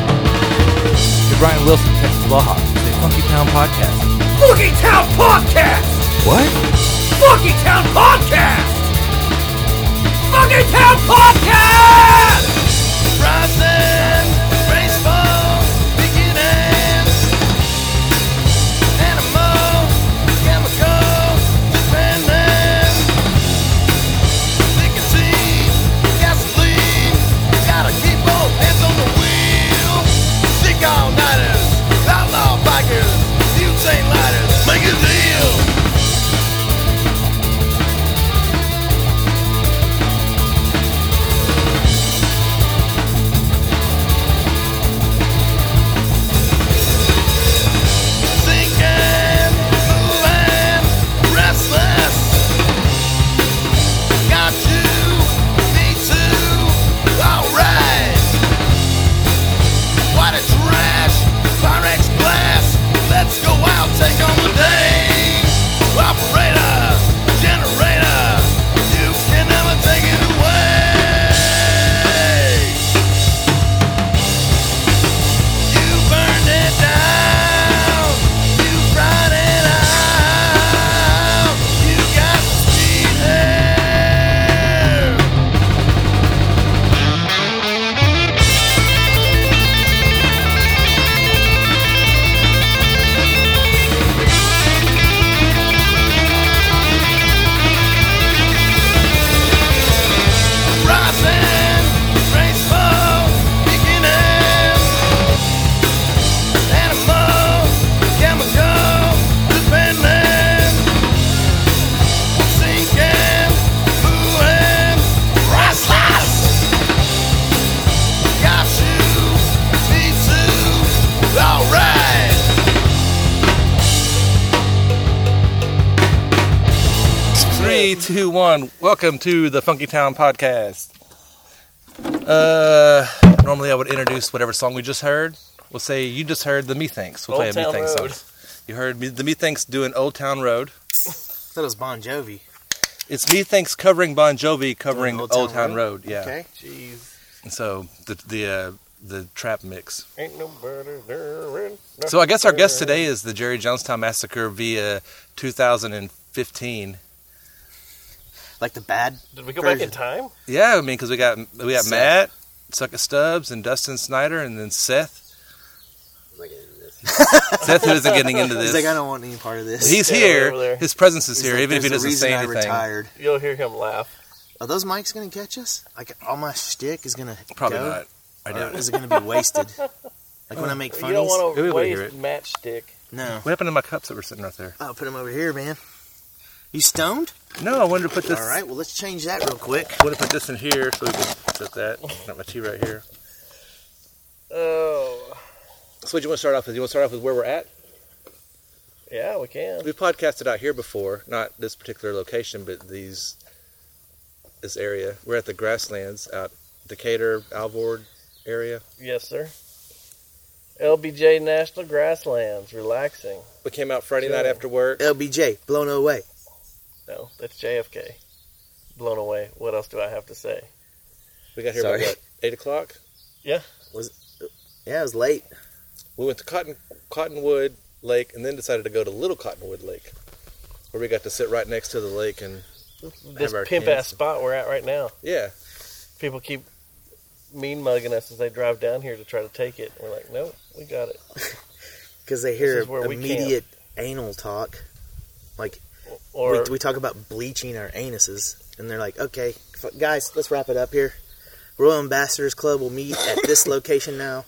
The Brian Wilson, Texas Law Hawk, the Funky Town Podcast. Boogie Town Podcast! What? Boogie Town Podcast! Boogie Town Podcast! Rising, graceful, beginnings. Animal, chemical, dependent. Nicotine, gasoline. Gotta keep both hands on the wheel. Sick all nighters, outlaw bikers, butane lighters. Make a deal. Sinking, moving, restless. Got you, me too. Alright. What a trash, Pyrex glass. Let's go out, take on the day. Operator, generator, you can never take it away. You burned it down. You brought it out. You got to speed here. Rising, graceful, beginning. Animal, chemical, dependent. Sinking, moving, restless. Got you, me too. Alright. Three, two, one. Welcome to the Funky Town Podcast. Uh, normally I would introduce whatever song we just heard. We'll say you just heard the Methinks. We'll Old play a Town Methinks Road. song. You heard me, the Methinks doing Old Town Road. That was Bon Jovi. It's Methinks covering Bon Jovi covering Doing Old, Town, Road. Yeah. Okay. Jeez. So the the uh, the trap mix. Ain't nobody there. in- So I guess our guest today is the Jerry Jonestown Massacre via 2015. Like the bad. Did we go back version. in time? Yeah, I mean, because we got we got Seth. Matt, Sucka Stubbs, and Dustin Snyder, and then Seth. Seth isn't getting into He's this. like, I don't want any part of this. He's Yeah, here. over there. His presence is He's here, like, even if he "There's a doesn't say reason I anything. Retired. You'll hear him laugh. Are those mics gonna catch us? Like all my shtick is gonna Probably go? not. I Or doubt it. is it gonna be wasted? Like when I make funnies? You don't want Maybe to we'll hear waste matchstick. No. What happened to my cups that were sitting right there? I'll put them over here, man. You stoned? No, I wanted to put this. All right. Well, let's change that real quick. I wanted to put this in here so we could set that. Got my tea right here. Oh, So what do you want to start off with? You want to start off with where we're at? yeah, we can. We've podcasted out here before, not this particular location, but these this area. We're at the grasslands out Decatur, Alvord area. Yes, sir. LBJ National Grasslands, relaxing. We came out Friday night Sure. after work. LBJ, blown away. No, that's JFK. Blown away. What else do I have to say? We got here Sorry. about what, eight o'clock. Yeah, it was late. We went to Cotton Cottonwood Lake and then decided to go to Little Cottonwood Lake. Where we got to sit right next to the lake and This Have our pimp cans. ass spot we're at right now. yeah. People keep mean mugging us as they drive down here to try to take it. We're like, no, we got it. Because they hear is where we immediate anal talk. Like Or we, we talk about bleaching our anuses, and they're like, "Okay, f- guys, let's wrap it up here. Royal Ambassadors Club will meet at this location now.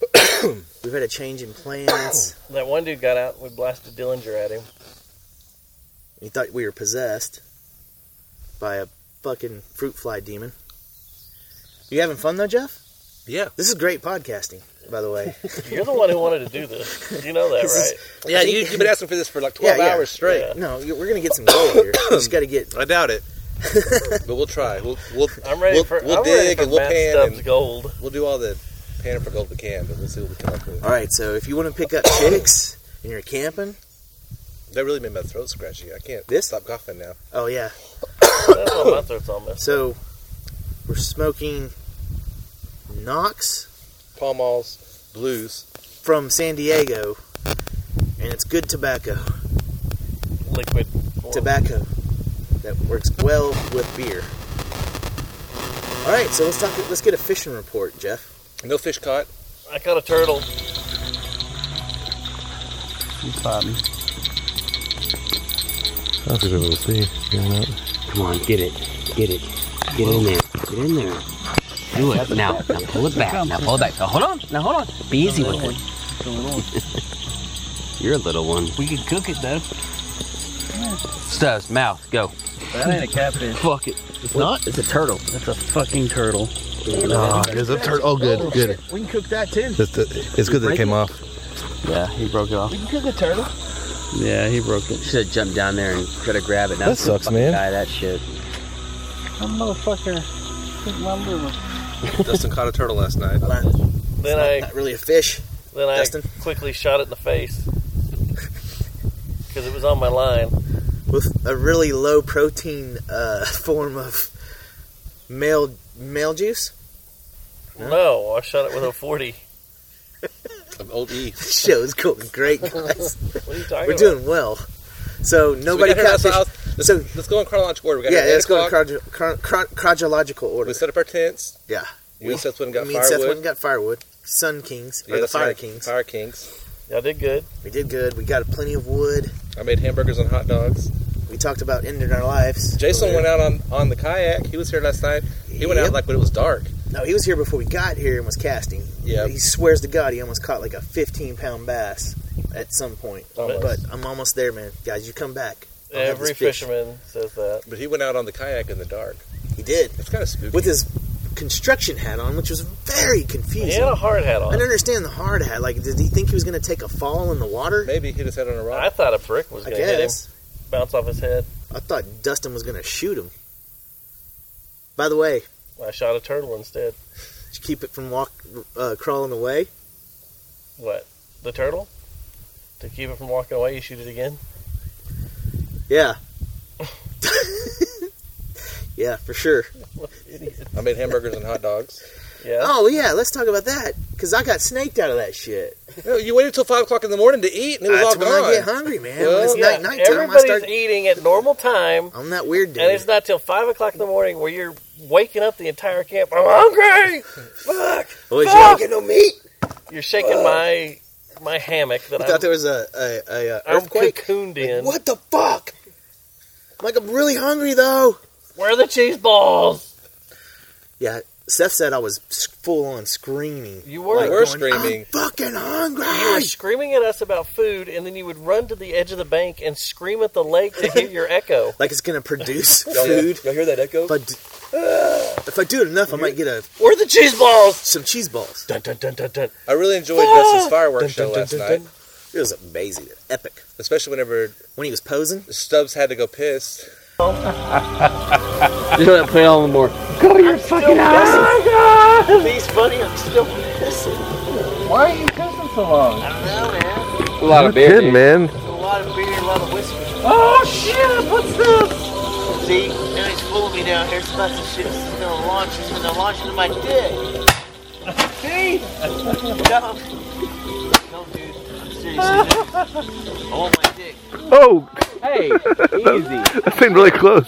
We've had a change in plans. that one dude got out. and We blasted Dillinger at him. We thought we were possessed by a fucking fruit fly demon. You having fun though, Jeff? Yeah. This is great podcasting, by the way. You're the one who wanted to do this. You know that, This is- right? Yeah, think- you, you've been asking for this for like twelve Yeah, yeah. hours straight. Yeah. no, you- we're gonna get some gold here. We just gotta get. I doubt it. but we'll try. We'll we'll I'm ready we'll, for we'll I'm dig ready for and we'll Matt pan Stubbs and gold. we'll do all the panning for gold we can, but we'll see what we come up with. All right, so if you want to pick up chicks and you're camping, That really made my throat scratchy. I can't This? stop coughing now. Oh yeah. That's all my throat's all messed up. So we're smoking Knox Pall Malls, blues. from San Diego, and it's good tobacco. Liquid. form. Tobacco that works well with beer. All right, so let's talk. Let's get a fishing report, Jeff. No fish caught. I caught a turtle. He's fighting. I'll be able to see. Yeah, no. Come on, get it. Get it. Get in there. Get in there. Do it. Now, now pull it back. Now pull it back. Now hold on. Now hold on. Be easy with it. You're a little one. We could cook it though. Stubbs, mouth, go. That ain't a catfish. Fuck it. It's not? It's a turtle. That's a fucking turtle. Oh, there's a turtle. Oh, good, good. We can cook that too. It's, it's good that it came off. Yeah, he broke it off. We can cook a turtle. Yeah, he broke it. Should have jumped down there and could have grabbed it. Now That sucks, fucking man. Die that shit. That motherfucker. took my liver. Dustin caught a turtle last night. Not, Then I not really a fish. then I Dustin? quickly shot it in the face because it was on my line. with a really low protein uh, form of male male juice. No, I shot it with a forty. Of old E. This show is going great, guys. What are you talking We're about? doing well. So nobody So we got caught here fish. last- Let's, So- let's go in chronological order. We got Yeah, here at let's 8 go in o'clock. chronological chronological order. We set up our tents. Yeah. You and Seth went and got Me and firewood. Seth went and got firewood. Sun Kings Yeah, or the that's Fire right. Kings. Fire Kings. Yeah, I did good. We did good. We got plenty of wood. I made hamburgers and hot dogs. We talked about ending our lives. Jason Over went there. out on, on the kayak. He was here last night. He went out Yep. like when it was dark. No, he was here before we got here and was casting. Yep. He swears to God he almost caught like a 15 pound bass at some point. Almost. But I'm almost there, man. Guys, you come back. I'll have Every this fish. fisherman says that. But he went out on the kayak in the dark. He did. It's kind of spooky. with his construction hat on, which was very He confusing. had a hard hat I on. didn't understand the hard hat. Like, did he think he was going to take a fall in the water? Maybe he just had on a I rock. thought a brick was I going to hit him, guess. bounce off his head. I thought Dustin was going to shoot him. By the way, I shot a turtle instead. did you keep it from walk uh, crawling away? What? The turtle? To keep it from walking away, you shoot it again. Yeah. yeah, for sure. Idiot. I made hamburgers and hot dogs. Yeah. Oh yeah, let's talk about that because I got snaked out of that shit. No, you waited till five o'clock in the morning to eat, and it was That's all when gone. I get hungry, man. when it's Well, night night time, Oh, I Everybody's start. eating at normal time, I'm that weird dude. and it's not till five o'clock in the morning where you're waking up the entire camp. I'm hungry. Fuck. oh, you Fuck! don't get no meat. You're shaking my my hammock that I thought there I'm, was a, a, a, uh I'm earthquake. cocooned Like, in. what the fuck? I'm like, I'm really hungry though. Where are the cheese balls? Yeah, Seth said I was full on screaming. You were. We were going, I'm screaming. fucking You were hungry. screaming at us about food, and then you would run to the edge of the bank and scream at the lake to hear your echo. Like it's gonna produce Y'all, food. y'all hear that echo? If I, Oh, d- if I do it enough, I might get a Where are the cheese balls? some cheese balls. Dun dun dun dun dun. I really enjoyed Ah! Dustin's fireworks Dun, show dun, last dun, night, dun. It was amazing, epic. especially whenever When he was posing, Stubbs had to go piss. You don't play all anymore. Go to your fucking house. These funny are still pissing. Why are you pissing so long? I know, man. A lot of beer. Good, man. A lot of beer, a lot of whiskey. Oh shit! What's this? See, now he's fooling me down here. It's about to shit. He's gonna launch. He's gonna launch into my dick. See? No. No, dude. I'm serious. I want my dick. Oh, Hey, easy. that seemed really close.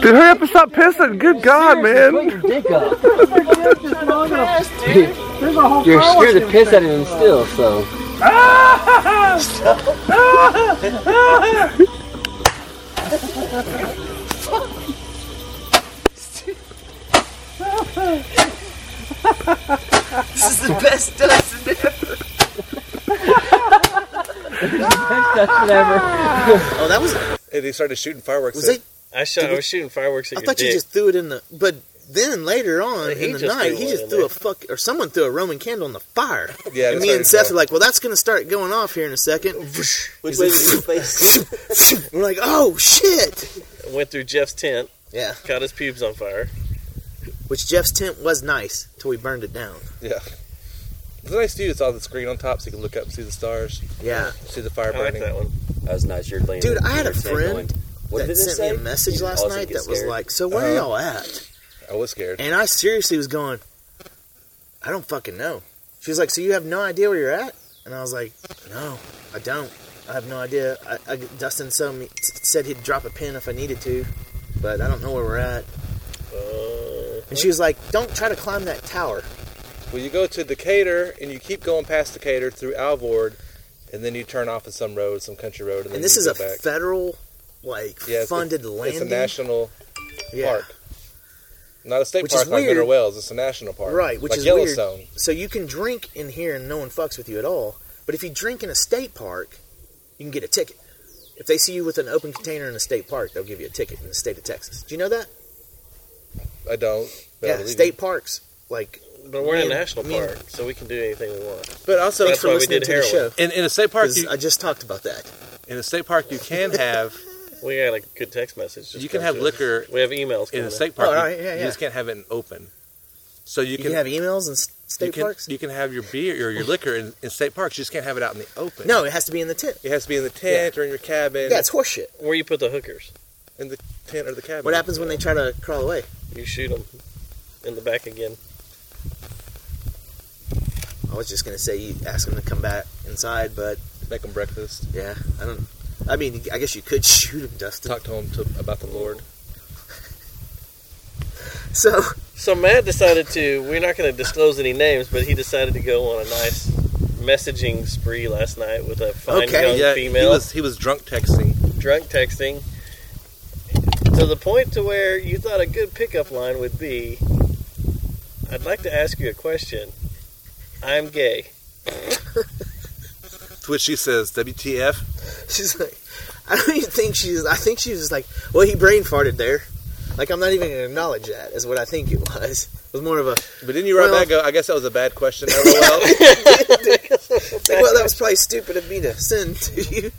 Dude, hurry up and stop pissing. Good God, man. Put your dick up. dude. There's a whole You're car wash scared to in piss there. at him still, so. this is the best Dustin. That's whatever. Oh, that was And he started shooting fireworks. was at- it? I shot. I was shooting fireworks at I your thought dick. you just threw it in the. But then later on He in the just night, threw he one just in threw there. a fuck or someone threw a Roman candle in the fire. Yeah, and that's me how and he Seth felt. are like, well, that's going to start going off here in a second. Which way was your face? We're like, oh shit! went through Jeff's tent, Yeah. caught his pubes on fire. Which Jeff's tent was nice till we burned it down. Yeah. The nice view is all the screen on top, so you can look up and see the stars, Yeah. see the fire I like burning. that one. That was nice. You're laying Dude, in I had a bed friend going, what that did it sent say? me a message You last also night get that was scared. like, "So where Uh-huh. are y'all at?" I was scared. And I seriously was going, "I don't fucking know." She was like, "So you have no idea where you're at?" And I was like, "No, I don't. I have no idea." I, I, Dustin so me, said he'd drop a pin if I needed to, but I don't know where we're at. Uh, And she was like, "Don't try to climb that tower." Well, you go to Decatur and you keep going past Decatur through Alvord, and then you turn off at some road, some country road, and then And this you is go a back. federal, like, Yeah, it's a- funded It's landing. a national yeah. park, not a state Which is park like weird. Mineral Wells. It's a national park, Right, which like is weird. Yellowstone. So you can drink in here and no one fucks with you at all. But if you drink in a state park, you can get a ticket. If they see you with an open container in a state park, they'll give you a ticket in the state of Texas. Do you know that? I don't. But I yeah, believe you. state parks. Like, But we're in a Me- national me- park, so we can do anything we want. but also That's for why we listening did to the heroin. show. In, in a state park, 'cause you, I just talked about that. in a state park, you can have We got a good text message. just you can come have to us. liquor We have emails. in coming a in. state park. Oh, you- all right, yeah, You yeah. just can't have it in open. So you You can, can have emails in s- state you can, parks? You can have your beer or your liquor in, in state parks. You just can't have it out in the open. no, it has to be in the tent. it has to be in the tent or in your cabin. Yeah, it's horseshit. Where you put the hookers? in the tent or the cabin. What happens when they try to crawl away? You shoot them in the back again. I was just going to say you ask them to come back inside, but Make them breakfast. yeah, I don't. I mean, I guess you could shoot them, Dustin. Talk to them to, about the Lord. So. So Matt decided to. We're not going to disclose any names, but he decided to go on a nice messaging spree last night with a fine Okay, young yeah, female, he was he was drunk texting. drunk texting to the point to where you thought a good pickup line would be. I'd like to ask you a question. I'm gay. To which she says, "WTF?" She's like, I don't even think she's. I think she was just like, well, he brain farted there. Like, I'm not even gonna acknowledge that. Is what I think it was. It was more of a. But then you write Well- back, go, "I guess that was a bad question." LOL. It's like, well, that was probably stupid of me to send to you.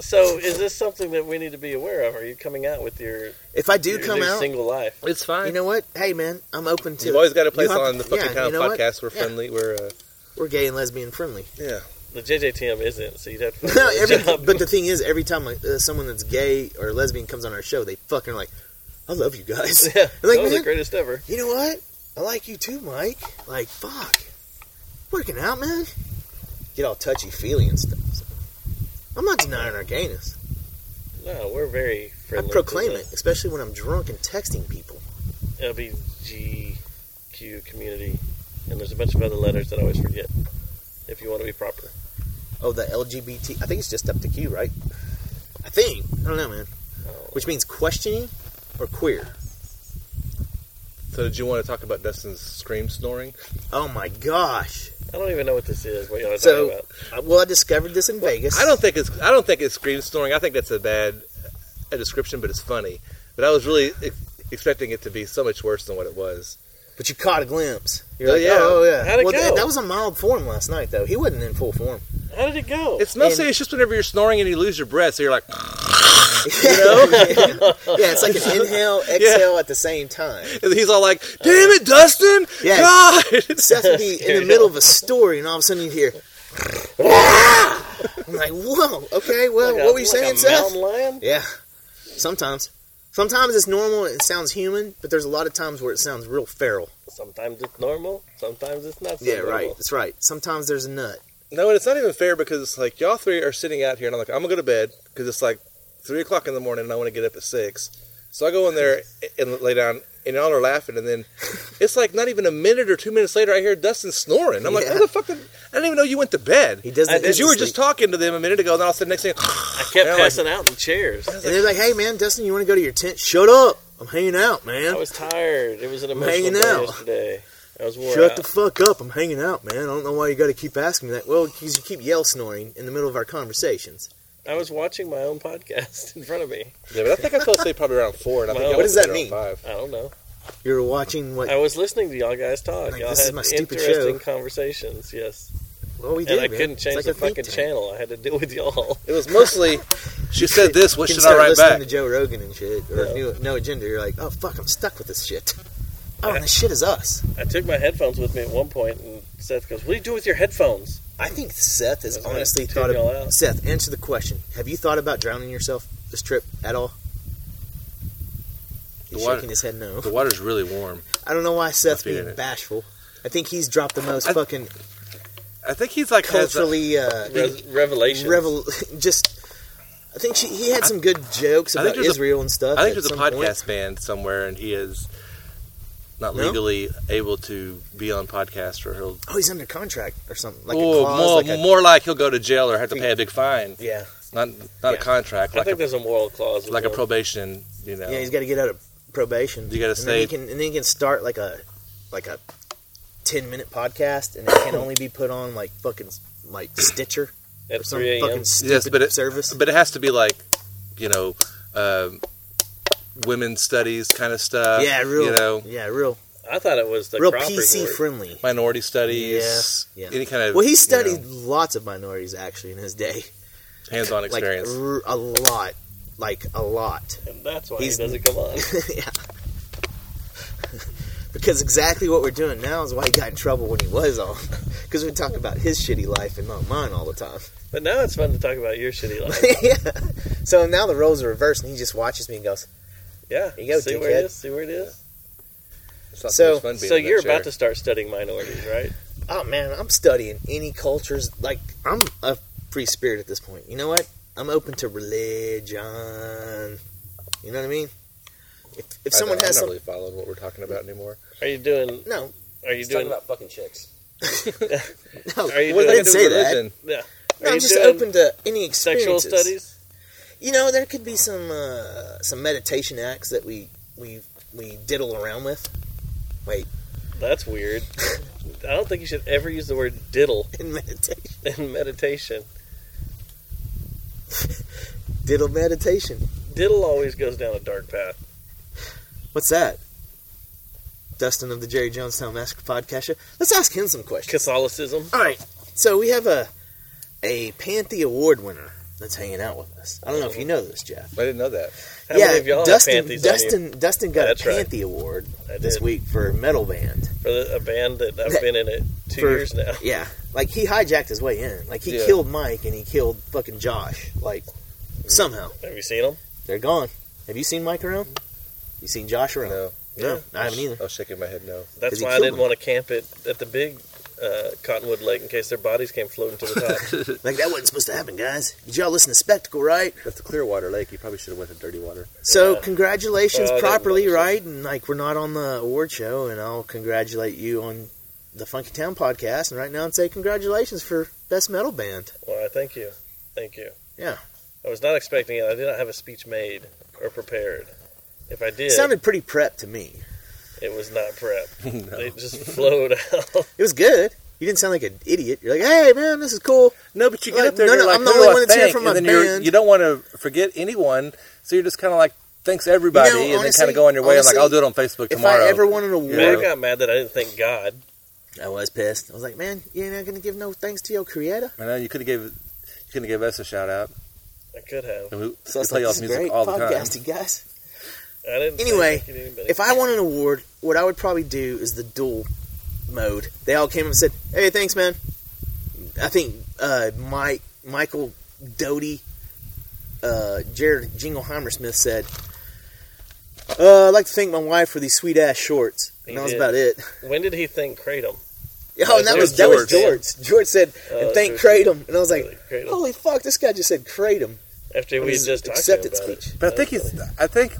So is this something that we need to be aware of? Are you coming out with your, If I do your come new out, single life? it's fine. you know what? Hey, man, I'm open to. You've always got a place You have on the to- fucking yeah, town you know what? podcast. We're Yeah. friendly. We're uh, We're gay and lesbian friendly. yeah. The JJTM isn't, so you'd have to. No, every, job. but the thing is, every time like, uh, someone that's gay or lesbian comes on our show, they fucking are like, I love you guys. yeah, I'm like, that was the "Man, greatest ever. you know what? I like you too, Mike. Like, fuck. Working out, man. Get all touchy feely and stuff. So, I'm not denying our gayness. No, we're very friendly. I proclaim it, especially when I'm drunk and texting people. LBGQ community, and there's a bunch of other letters that I always forget. If you want to be proper, Oh, the LGBT. I think it's just up to Q, right? I think. I don't know, man. Which means questioning or queer. So did you want to talk about Dustin's scream snoring? Oh my gosh. I don't even know what this is. What y'all are So- talking about? Uh, Well, I discovered this in Vegas. I don't think it's I don't think it's scream snoring. I think that's a bad a description, but it's funny. But I was really ex- expecting it to be so much worse than what it was. But you caught a glimpse. You're Oh, like, yeah. oh, yeah. How'd it well, th- go? that was a mild form last night, though. He wasn't in full form. How did it go? It's mostly it's just whenever you're snoring and you lose your breath, so you're like, You know? yeah, it's like an inhale, exhale at the same time. and he's all like, Uh, "Damn it, Dustin! Yeah. God!" Seth would be in the middle of a story, and all of a sudden you'd hear, "Ah!" I'm like, whoa, okay, well, Like a- what were you like saying, a Seth? Mountain lion? Yeah, sometimes. Sometimes it's normal and it sounds human, but there's a lot of times where it sounds real feral. Sometimes it's normal. Sometimes it's not. So Yeah, normal. right. That's right. Sometimes there's a nut. No, and it's not even fair because it's like y'all three are sitting out here, and I'm like, I'm gonna go to bed because it's like three o'clock in the morning, and I want to get up at six. So I go in there and lay down, and y'all are laughing, and then it's like not even a minute or two minutes later, I hear Dustin snoring. I'm like, Yeah. what the fuck? Did, I didn't even know you went to bed. He does that Because you were instantly. just talking to them a minute ago, and then all of a sudden, next thing, I kept Yeah, like- passing out in chairs. And they're like, hey, man, Dustin, you want to go to your tent? Shut up. I'm hanging out, I man. was tired. It was an hanging emotional day out. yesterday. I was worn Shut out. the fuck up. I'm hanging out, man. I don't know why you got to keep asking me that. Well, because you keep yell snoring in the middle of our conversations. I was watching my own podcast in front of me. yeah, but I think I fell asleep probably around four, and I think Well, y'all what was does that around mean? Five. I don't know. You're watching what? I was listening to y'all guys talk. Like, y'all this is had my stupid interesting show. conversations. Yes. Well, we and did. I man. couldn't It's change like the a think fucking tank. channel. I had to deal with y'all. It was mostly. She said this. What You can should I start write listening back? to Joe Rogan and shit, or Yeah. new, no agenda. You're like, oh fuck, I'm stuck with this shit. Oh, and this shit is us. I took my headphones with me at one point and Seth goes, "What do you do with your headphones?" I think Seth has That's right. honestly Tune thought y'all of out. Seth, answer the question. Have you thought about drowning yourself this trip at all? He's The water- shaking his head no. The water's really warm. I don't know why Seth's Must be in being it. bashful. I think he's dropped the most I- fucking I think he's like has a- culturally uh, Re- revelation. revel just I think she, he had some good jokes I think about there's a- Israel and stuff. I think at there's a some point. podcast ban somewhere, and he is not No? legally able to be on podcasts, or he'll Oh, he's under contract or something. Like Oh, a clause, more, like a, more like he'll go to jail or have to pay a big fine. yeah, Not not Yeah. a contract, I like think a there's a moral clause. like a involved. probation. You know, yeah. He's got to get out of probation. You gotta and Then stay- he can, and then he can start like a like a ten minute podcast, and it Oh. can only be put on like fucking like Stitcher or at some 3 a.m. fucking stupid Yes, but it- service. but it has to be like you know, um, women's studies kind of stuff. yeah, real. uh, You know, yeah, real. I thought it was the Real crop PC report. friendly. minority studies. Yeah, yeah. Any kind of Well, he you studied know, lots of minorities actually in his day, hands-on like experience. r- a lot, like a lot. and that's why He's- he doesn't come on. yeah. Because exactly what we're doing now is why he got in trouble when he was on. Because we talk about his shitty life and not mine all the time. But now it's fun to talk about your shitty life. yeah. So now the roles are reversed, and he just watches me and goes, Yeah, You go, see where it dickhead. is. See where it is. It's not so- much fun being So in that you're about chair. to start studying minorities, right? "Oh man, I'm studying any cultures. Like I'm a free spirit at this point. You know what? I'm open to religion. You know what I mean? If, if I someone don't- I've has not some, really followed what we're talking about anymore. Are you doing? no, Are you doing? about fucking chicks. no, Are you What do doing? I they didn't do say with that. religion? are no, you I'm just doing open to any sexual experiences. studies? you know there could be some uh, some meditation acts that we we we diddle around with That's weird. I don't think you should ever use the word diddle in meditation in meditation. diddle meditation Diddle always goes down a dark path. what's that dustin of the jerry jonestown massacre podcast Show. let's ask him some questions Catholicism. all right so we have a a panthe award winner that's hanging out with us i don't know if you know this jeff I didn't know that. How many of y'all have dustin Panthes on dustin dustin got That's a right. panthe award I this did. week for metal band for the, a band that I've been in it two For- years now. Yeah, like he hijacked his way in. Like he Yeah. killed Mike and he killed fucking Josh. Like Mm. somehow Have you seen them? they're gone. Have you seen Mike around? You seen Josh around? No, No, I haven't either. I was shaking my head. No, Did That's he why I kill didn't them? want to camp it at the big uh, Cottonwood Lake in case their bodies came floating to the top. Like that wasn't supposed to happen, guys. Did y'all listen to Spectacle, right? that's a Clearwater Lake. You probably should have went to Dirty Water. So Yeah. congratulations Well, I didn't properly, watch it. right? And like we're not on the award show, and I'll congratulate you on the Funky Town podcast, and right now and say congratulations for best metal band. well, I thank you, thank you. Yeah. I was not expecting it. I did not have a speech made or prepared. If I did, It sounded pretty prep to me. it was not prep. No. It just flowed out. It was good. You didn't sound like an idiot. You're like, hey man, this is cool. No, but you get Like, up there. no, and no, you're like, I'm the who only do I one that's here thank? from And my then you're- band. You don't want to forget anyone, so you're just kind of like, thanks everybody, You know, and then kind honestly- of go on your way. and like, honestly, I'll do it on Facebook If tomorrow. I ever won an award, Yeah. I got mad that I didn't thank God. I was pissed. I was like, man, you're not gonna give no thanks to your creator. I know you could have gave, you could have gave us a shout out. I could have. And we, So we it's play like, y'all's this is music great all the time. podcasting, guys. I didn't. say Anyway, thank you to anybody. If I won an award, what I would probably do is the dual mode. They all came up and said, "Hey, thanks, man." I think uh, Mike, Michael Doty, uh, Jared Jingleheimer Smith said, uh, "I'd like to thank my wife for these sweet ass shorts." He And that was did. about it. when did he thank Kratom? Oh, and that was that was George. George said, Uh, "And thank George- Kratom," and I was like, Kratom. "Holy fuck, this guy just said Kratom." After we had His just talked to him acceptance about it. speech. But I think he's, I think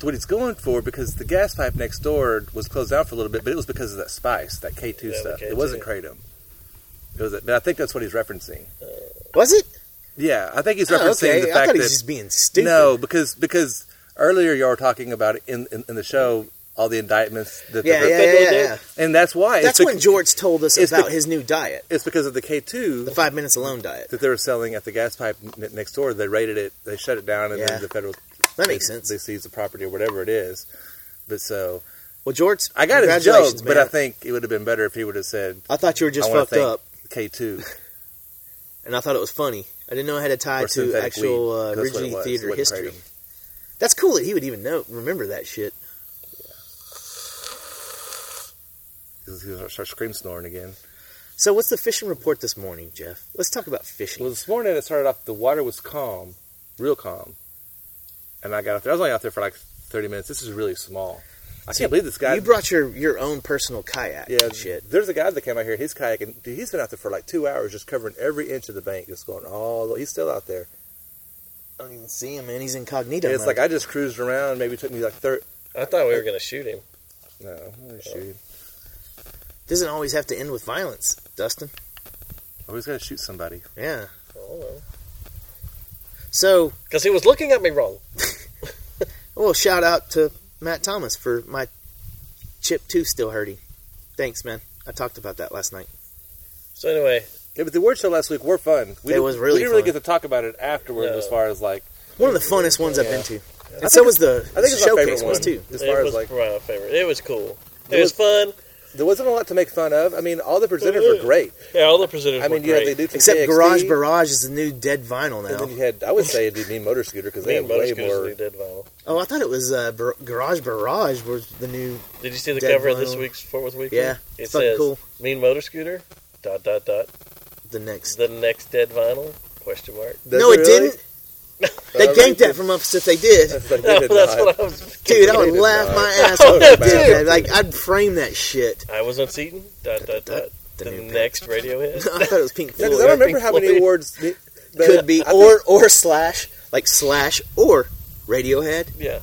what he's going for because the gas pipe next door was closed down for a little bit, but it was because of that spice, that K two Yeah, the stuff. K2. It wasn't kratom. It was, but I think that's what he's referencing. Was it? Yeah, I think he's referencing Oh, okay. the I fact thought he that was just being stupid. No, because because earlier you were talking about it in, in, in the show all the indictments that Yeah, the, yeah, yeah, yeah, yeah. and that's why That's it's, bec- when George told us it's about bec- his new diet, it's because of the K two the five minutes alone diet. that they were selling at the gas pipe n- next door. They raided it, they shut it down, and Yeah. then the federal That makes sense. They seized the property or whatever it is. But so Well, George, I got his joke, congratulations, but man. I think it would have been better if he would have said I thought you were just I wanna fucked thank- up, K two. and I thought it was funny. I didn't know it had a tie or to synthetic actual weed. uh, That's what it originally was. It theater wasn't history. kratom. That's cool that he would even know remember that shit. He's gonna start scream snoring again. So, what's the fishing report this morning, Jeff? Let's talk about Well, fishing. this morning it started off. The water was calm, real calm, and I got out there. I was only out there for like thirty minutes. This is really small. I See, can't believe this guy. you brought your your own personal kayak. yeah, and shit. There's a guy that came out here. He's kayaking. Dude, he's been out there for like two hours, just covering every inch of the bank, just going all. the He's still out there. I don't even see him, man. He's incognito. it's like I just cruised around. Maybe it took me like thirty. I thought we were going to shoot him. No, oh, shoot. doesn't always have to end with violence, Dustin. Always got to shoot somebody. Yeah. Oh, So, Because he was looking at me wrong. well, shout out to Matt Thomas for my chip two still hurting. Thanks, man. I talked about that last night. So anyway, Yeah, but the word show last week were fun. We They didn't- was really We didn't really fun. get to talk about it afterward, No. as far as like. One of the funnest ones I've Yeah. been to. And so was the I think it's my showcase favorite was one too. As it far was as like, my favorite. It was cool. It, It was, fun. there wasn't a lot to make fun of. I mean, all the presenters were great. Yeah, all the presenters. I mean, were you great. had the dude from Except KXP, Garage Barrage is the new dead vinyl And then now. you had, I would say, it'd be Mean Motor Scooter because they Me had and Motor way Scooters more. really did vinyl. Oh, I thought it was uh, Bar- Garage Barrage was the new. Did you see the Dead cover of this vinyl. week's Fort Worth Weekly? Yeah, it it's fucking says cool. Mean Motor Scooter. Dot dot dot. The next. The next dead vinyl? Question mark. Does no, it really? didn't. They Uh, ganked that from us if they did. That's like, No, we did that's not. what I was. Dude, I They would did laugh not. my ass off if they Dude. did that. Like, I'd frame that shit. I was on Seton. Dot dot dot. The The new Pink. next radio hit. I thought it was Pink Yeah, Floyd. 'cause I don't remember Pink how many Floyd. awards the- the- could be I think- or or slash like slash or Radiohead Yeah.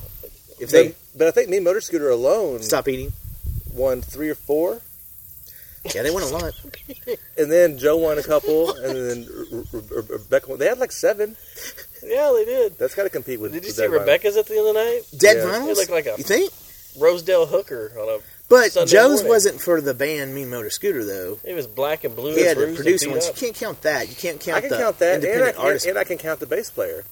if they- they but I think Mean Motor Scooter alone stop eating. won three or four, Yeah, they won a lot. and then Joe won a couple, and then Re- Re- Re- Rebecca. Won. They had like seven. Yeah, they did. That's got to compete with. Did you with see that vinyl. Rebecca's at the end of the night? Dead Yeah. It vinyls. looked like a you think? Rosedale hooker on But Sunday Joe's morning. wasn't for the band Mean Motor Scooter though. a. It was black and blue. He and had the bruised and producer beat ones. You up. can't count that. You can't count. I can the count that, and I, Independent can, artist. and I can count the bass player,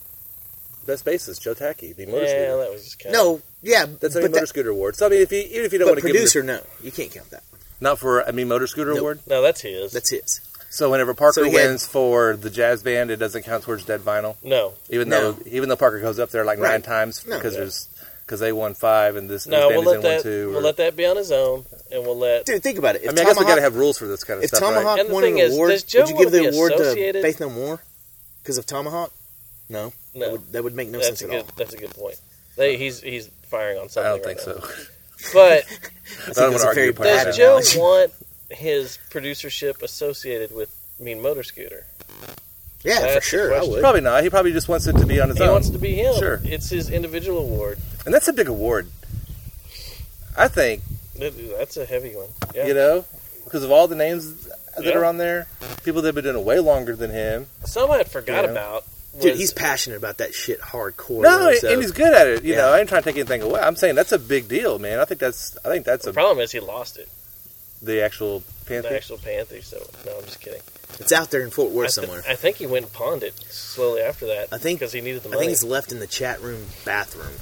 best bassist Joe Tacky, Mean Motor Yeah, Scooter. that was just kind of. no, yeah, That's a Mean but, Motor that, Scooter award. So I mean, if you even if you don't but want to give producer, no, you can't count that. it, not for a Mean Motor Scooter Nope. award. No, that's his. That's his. So whenever Parker So he had- wins for the jazz band, it doesn't count towards dead vinyl, no, even No. though even though Parker goes up there like nine Right. times No. because Yeah. there's because they won five and this, this no. We'll band let is in one that. two. or- We'll let that be on his own, and we'll let. Dude, think about it. If I mean, I guess we Tomahawk- gotta have rules for this kind of if stuff, right? Tomahawk And the won an thing is, award, does Joe would you give wanna the be award to associated- Faith No More because of Tomahawk? No, that No, would that would make no that's sense a at good. all. Uh, That's a good point. They, he's he's firing on I something. don't right think so. now. But I think don't want that's to a argue very with bad that. does Joe analogy. want his producership associated with Mean Motor Scooter? Yeah, for That's the sure, I question. would. Probably not. He probably just wants it to be on his He own, wants to be him. Sure. It's his individual award. and that's a big award. I think That- That's a heavy one. Yeah. you know because of all the names that Yeah. are on there, people that have been doing it way longer than him. Some I had forgot Yeah. about. Was, Dude, he's passionate about that shit hardcore. No, though, so- and he's good at it. You Yeah. know, I ain't trying to take anything away. I'm saying that's a big deal, man. I think that's I think that's the a, problem is he lost it. the actual The Pantheon. actual Panther. So no, I'm just kidding. it's out there in Fort Worth I th- somewhere. I think he went and pawned it slowly after that. I think- because he needed the I money. think it's left in the chat room bathroom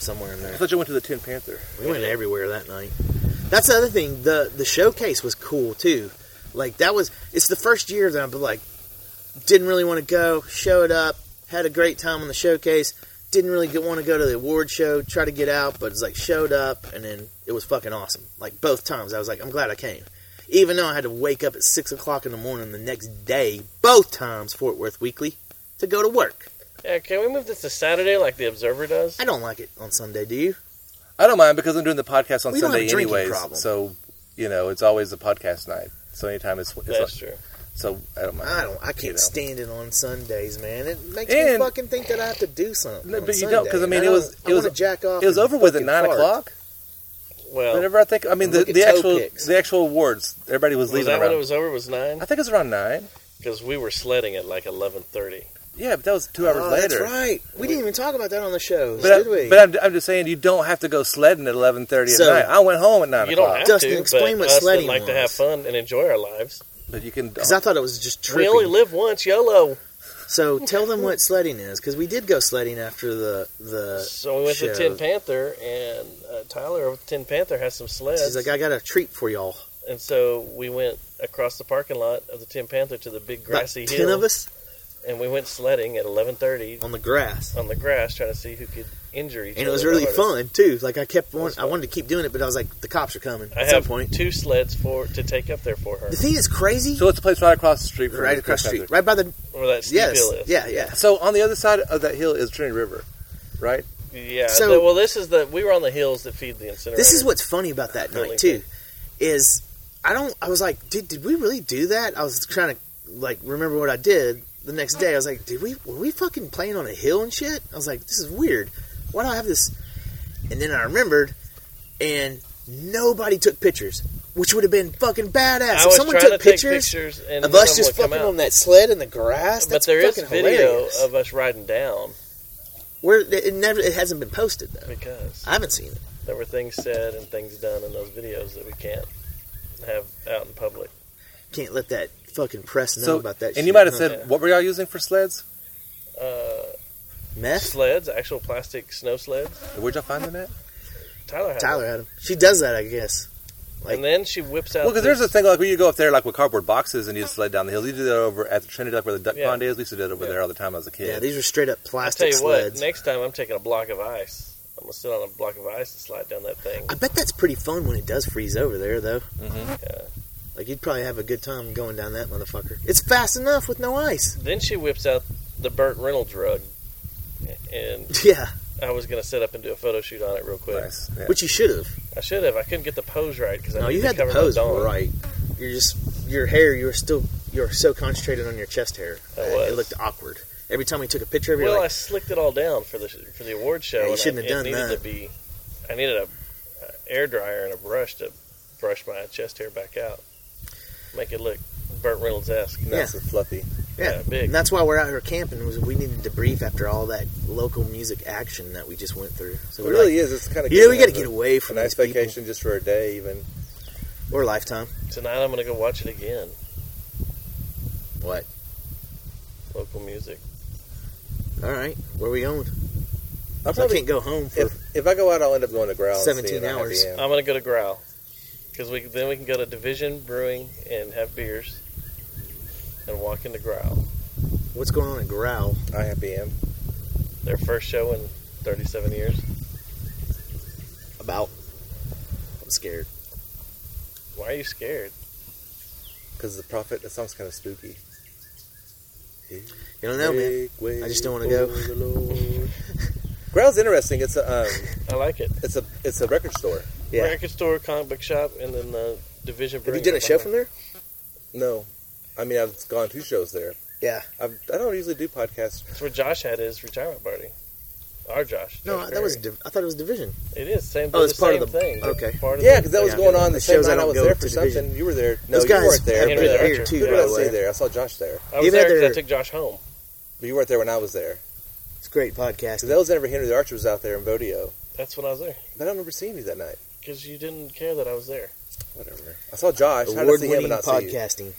somewhere in I there. thought you went to the Tin Panther. We went everywhere that night. That's the other thing. the The showcase was cool too. Like that was. It's the first year that I've been like, didn't really want to go. Showed up, had a great time on the showcase. Didn't really get, want to go to the award show. Try to get out, but it's like showed up, and then it was fucking awesome. Like both times, I was like, I'm glad I came. Even though I had to wake up at six o'clock in the morning the next day, both times Fort Worth Weekly, to go to work. Yeah, can we move this to Saturday like the Observer does? I don't like it on Sunday, do you? I don't mind because I'm doing the podcast on We don't have Sunday a drinking anyways. problem. So you know, it's always a podcast night. So anytime it's, it's That's true. so I don't mind. I don't. I can't You know. stand it on Sundays, man. It makes And- me fucking think that I have to do something. No, on but you don't, 'cause, I Sunday. mean, it don't- was- I it was- wanna jack off. It was and over with at fucking nine fart. o'clock. Well, Whenever I think, I mean the, Look at the toe actual picks. the actual awards. Everybody was was leaving that when around. it was over? Was nine? I think it was around nine. Because we were sledding at like eleven thirty. Yeah, but that was two hours Oh, later. that's right. We didn't even talk about that on the shows, But, did we? I, but I'm, I'm just saying, you don't have to go sledding at 11:30 So- at night. I went home at nine You don't o'clock, have Dustin, to, explain but what us that sledding like to was. have fun and enjoy our lives. but you can. Because I thought it was just We only tripping. live once, YOLO. So tell them what sledding is, because we did go sledding after the the. So we went to shit. Tin Panther, and uh, Tyler of Tin Panther has some sleds. She's like, I got a treat for y'all. and so we went across the parking lot of the Tin Panther to the big About grassy ten hill. of us. and we went sledding at 11:30 on the grass. on the grass trying to see who could injure each And other. it was really the hardest. fun too. Like I kept was wanting, I wanted to keep doing it, but I was like, the cops are coming I at some have point. two sleds for to take up there for her. The thing is crazy. So it's a place right across the street. From Right across the street, right by the Where that steep yes, hill is. yeah, yeah. So on the other side of that hill is Trinity River, right? Yeah. So- the- well, this is the we were on the hills that feed the incinerator. This is what's funny about that Really night too, is I don't. I was like, dude, did we really do that? I was trying to like remember what I did the next day. I was like, did we were we fucking playing on a hill and shit? I was like, this is weird. Why do I have this? And then I remembered, and nobody took pictures, which would have been fucking badass. I if was someone trying took to pictures take pictures and of none us them just would come fucking out. on that sled in the grass. But That's there is fucking video hilarious. of us riding down Where it never it hasn't been posted though. because I haven't seen it. there were things said and things done in those videos that we can't have out in public. Can't let that fucking press know so about that. and shit, you might have huh? said, "What were y'all using for sleds? Uh, meth. sleds, actual plastic snow sleds. Where'd y'all find them at?" Uh, Tyler had Tyler had him. She does that, I guess. one. and then she whips out. Well, because there's a this- thing like where you go up there like with cardboard boxes and you sled down the hills. You do that over at the Trinity, like where the duck Yeah. pond is. We used to do it over Yeah. there all the time as a Yeah, kid. these are straight up I tell plastic you what, sleds. next time I'm taking a block of ice. I'm gonna sit on a block of ice and slide down that thing. I bet that's pretty fun when it does freeze over there, though. Mm-hmm. Yeah. Like you'd probably have a good time going down that motherfucker. It's fast enough with no ice. Then she whips out the Burt Reynolds rug, and Yeah, I was gonna set up and do a photo shoot on it real quick. nice. Yeah. which you should have. I should have. I couldn't get the pose right because I No, needed you to had the cover pose my dong. right. You're just your hair. You were still you were so concentrated on your chest hair. I Uh, was. It looked awkward. Every time we took a picture of you, Well, I like, slicked it all down for the for the award show. Yeah, you and I- shouldn't have it done needed that. To be, I needed a, a air dryer and a brush to brush my chest hair back out, make it look Burt Reynolds esque. nice and fluffy. yeah. yeah, big. And that's why we're out here camping. Was we needed to debrief after all that local music action that we just went through. So It we're really like, is. It's kind of you know, we got to get away a from nice these vacation just for a day, even. people or lifetime. Tonight I'm gonna go watch it again. What? Local music. All right, where we going? I'll 'Cause I probably can't go home for if, if I go out, I'll end up going to Growl. and 17 seeing it at hours. the end. I'm gonna go to Growl because we then we can go to Division Brewing and have beers and walk into Growl. what's going on at Growl. I have BM. Their first show in 37 years. About, I'm scared. Why are you scared? Because the prophet, that song's kind of spooky. You don't know, man. I just don't wanna go. go. Growl's interesting. It's a um, I like it. it's a it's a record store. Yeah. Record store, comic book shop, and then the Division Have Brewing. you done a right show behind from there? No, I mean I've gone two shows there. Yeah. I've, I don't usually do podcasts. That's where Josh had his retirement party. Our Josh. No, Josh that was. Berry. Div- I thought it was Division. It is same. Oh, they're it's the part same of the- thing. okay. It's part of Yeah, the- because that was Yeah, going yeah. on the It same shows I night I don't was go there to for Division. something. You were there. No, Those you guys weren't there. hang but with I- the ear, too, Who by did I the see way. there? I saw Josh there, I was You've had there 'cause their- I took Josh home. but you weren't there when I was there. It's a great podcast. Because that was whenever Henry the Archer was out there in Bodio. That's when I was there But I don't remember seeing you that night. because you didn't care that I was there. Whatever. I saw Josh. How did I see him Award-winning and not see you? podcasting.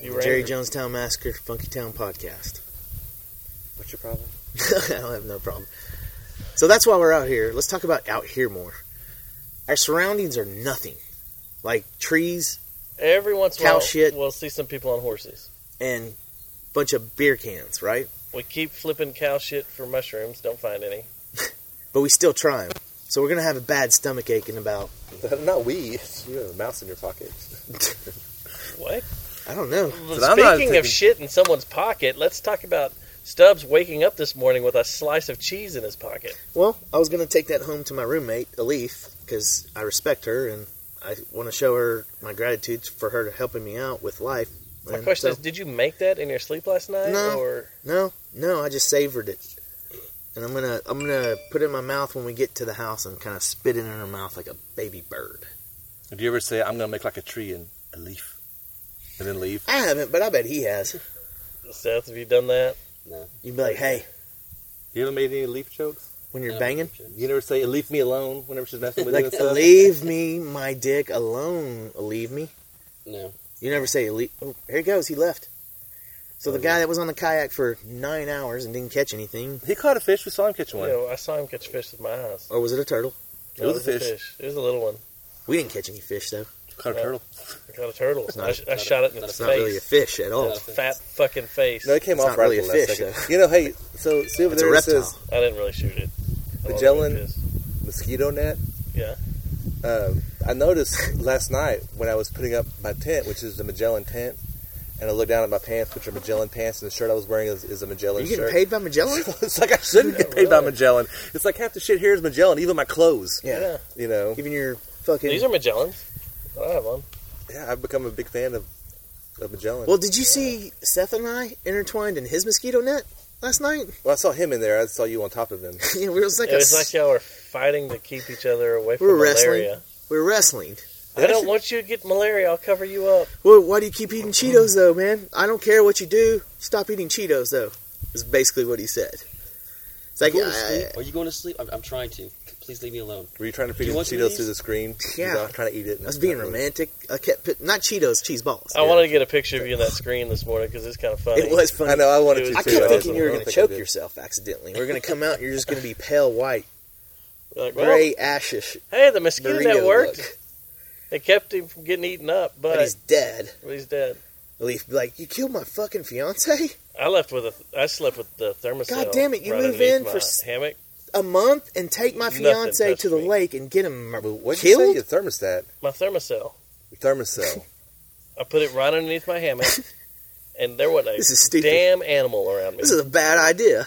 You were Jerry angry. Jonestown Massacre, Funky Town podcast. What's your problem? I don't have no problem. So that's why we're out here. Let's talk about out here more. Our surroundings are nothing, like trees Every once in a Cow while, shit. we'll see some people on horses. and bunch of beer cans, right? We keep flipping cow shit for mushrooms. Don't find any. But we still try 'em. So we're gonna have a bad stomach ache in about not we. You have a mouse in your pocket. What? I don't know. Well, So I'm not Speaking thinking- of shit in someone's pocket, let's talk about Stubbs waking up this morning with a slice of cheese in his pocket. Well, I was going to take that home to my roommate, Alif, because I respect her and I want to show her my gratitude for her helping me out with life. My And question so- is, did you make that in your sleep last night? No. Or no, no, I just savored it, and I'm gonna I'm gonna put it in my mouth when we get to the house and kind of spit it in her mouth like a baby bird. Did you ever say, I'm going to make like a tree and a leaf? And then leave? I haven't, but I bet he has. Seth, have you done that? You'd be like, hey, You ever made any leaf jokes? when Uh, you're banging, You never say, leave me alone whenever she's messing with you like and stuff? leave me my dick alone, leave me. No. You never say leave. Oh, here he goes. He left. So Oh, the guy that was on the kayak for nine hours and didn't catch anything, He caught a fish. We saw him catch one. You know, I saw him catch fish with my eyes. or was it a turtle? It was a fish. It was a little one. We didn't catch any fish though. Caught a turtle. I caught a turtle. not- I, sh- I not a- shot it in its It's not really a face. fish at all. Its fat fucking face. No, it came It's off not right really for a the last fish, second. You know, hey, so see over It's a there it reptile. says I didn't really shoot it. I was Magellan- pissed. mosquito net. Yeah. Um, I noticed last night when I was putting up my tent, which is the Magellan tent, and I looked down at my pants, which are Magellan pants, and the shirt I was wearing is, is a Are Magellan you getting shirt. paid by Magellan? it's like I shouldn't get paid by Magellan. It's like half the shit here is Magellan, even my clothes. Yeah. Yeah. You know, Even your fucking. These are Magellans. I have one. yeah, I've become a big fan of, of Magellan. well, did you see Seth and I intertwined in his mosquito net last night? Well, I saw him in there. I saw you on top of him. yeah, we was like It a was s- like y'all were fighting to keep each other away We from were malaria. we were wrestling. I don't want you to get malaria. I'll cover you up. Well, why do you keep eating Cheetos though, man? I don't care what you do. Stop eating Cheetos though. Is basically what he said. It's like, Going to I- sleep? Are you going to sleep? I'm, I'm trying to. Please leave me alone. Were you trying to You feed him want some of Cheetos these? through the screen? Yeah. You know, trying to eat it. I was being romantic. I kept put, not Cheetos, cheese balls. I wanted to get a picture of you on that screen this morning because it's kind of funny. It was funny. I know. I wanted to. It I was too. kept I thinking don't- you were I don't going to think I choke did. yourself accidentally. We're going to come out. and You're just going to be pale white, Like, well, gray, ashish. hey, the mosquito net Burrito worked. look. It kept him from getting eaten up, but, But he's dead. but he's dead. Leaf be like, you killed my fucking fiance I left with a. I slept with the thermostat. God damn it, you right move underneath in my for s- hammock. a month and take my Nothing fiance touched to the me. lake and get him Well, what'd you say? killed. Your thermostat. My thermocell. Your thermocell. I put it right underneath my hammock, and there wasn't a This is stupid. damn animal around me. This is a bad idea.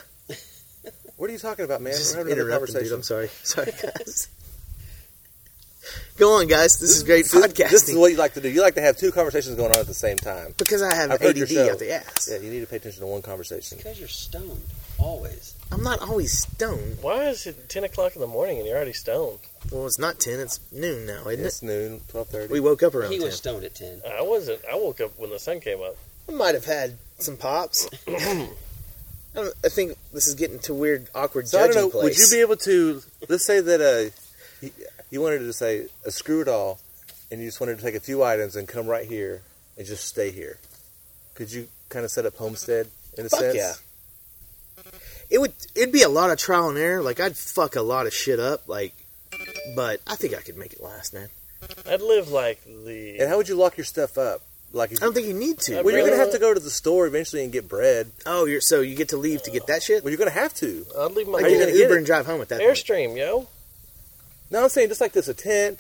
what are you talking about, man? Just We're having another interrupting, dude. conversation. I'm sorry. Sorry, guys. Go on, guys. This, is great podcasting This is what you like to do. You like to have two conversations going on at the same time. because I have I've heard your ADD show. out the ass. Yeah, you need to pay attention to one conversation. Because you're stoned. Always. I'm not always stoned. Why is it ten o'clock in the morning and you're already stoned? Well, it's not ten. It's noon now, isn't It's noon, twelve it? thirty. We woke up around He ten. was stoned at 10. I wasn't. I woke up when the sun came up. I might have had some pops. I, don't, I think this is getting to weird, awkward So I judging don't know. Would place. you be able to? Let's say that uh, you, you wanted to say a screw it all, and you just wanted to take a few items and come right here and just stay here. Could you kind of set up homestead in a Fuck sense? yeah. it would. It'd be a lot of trial and error. Like I'd fuck a lot of shit up. Like, but I think I could make it last, man. I'd live like And the. how would you lock your stuff up? Like, if, I don't think you need to. I'd well, you're rather- gonna have to go to the store eventually and get bread. Oh, you're so you get to leave to get that shit. Well, you're gonna have to. I'd leave my Like Are you you're gonna gonna get Uber it? and drive home at that. point. airstream, yo. No, I'm saying just like this, a tent,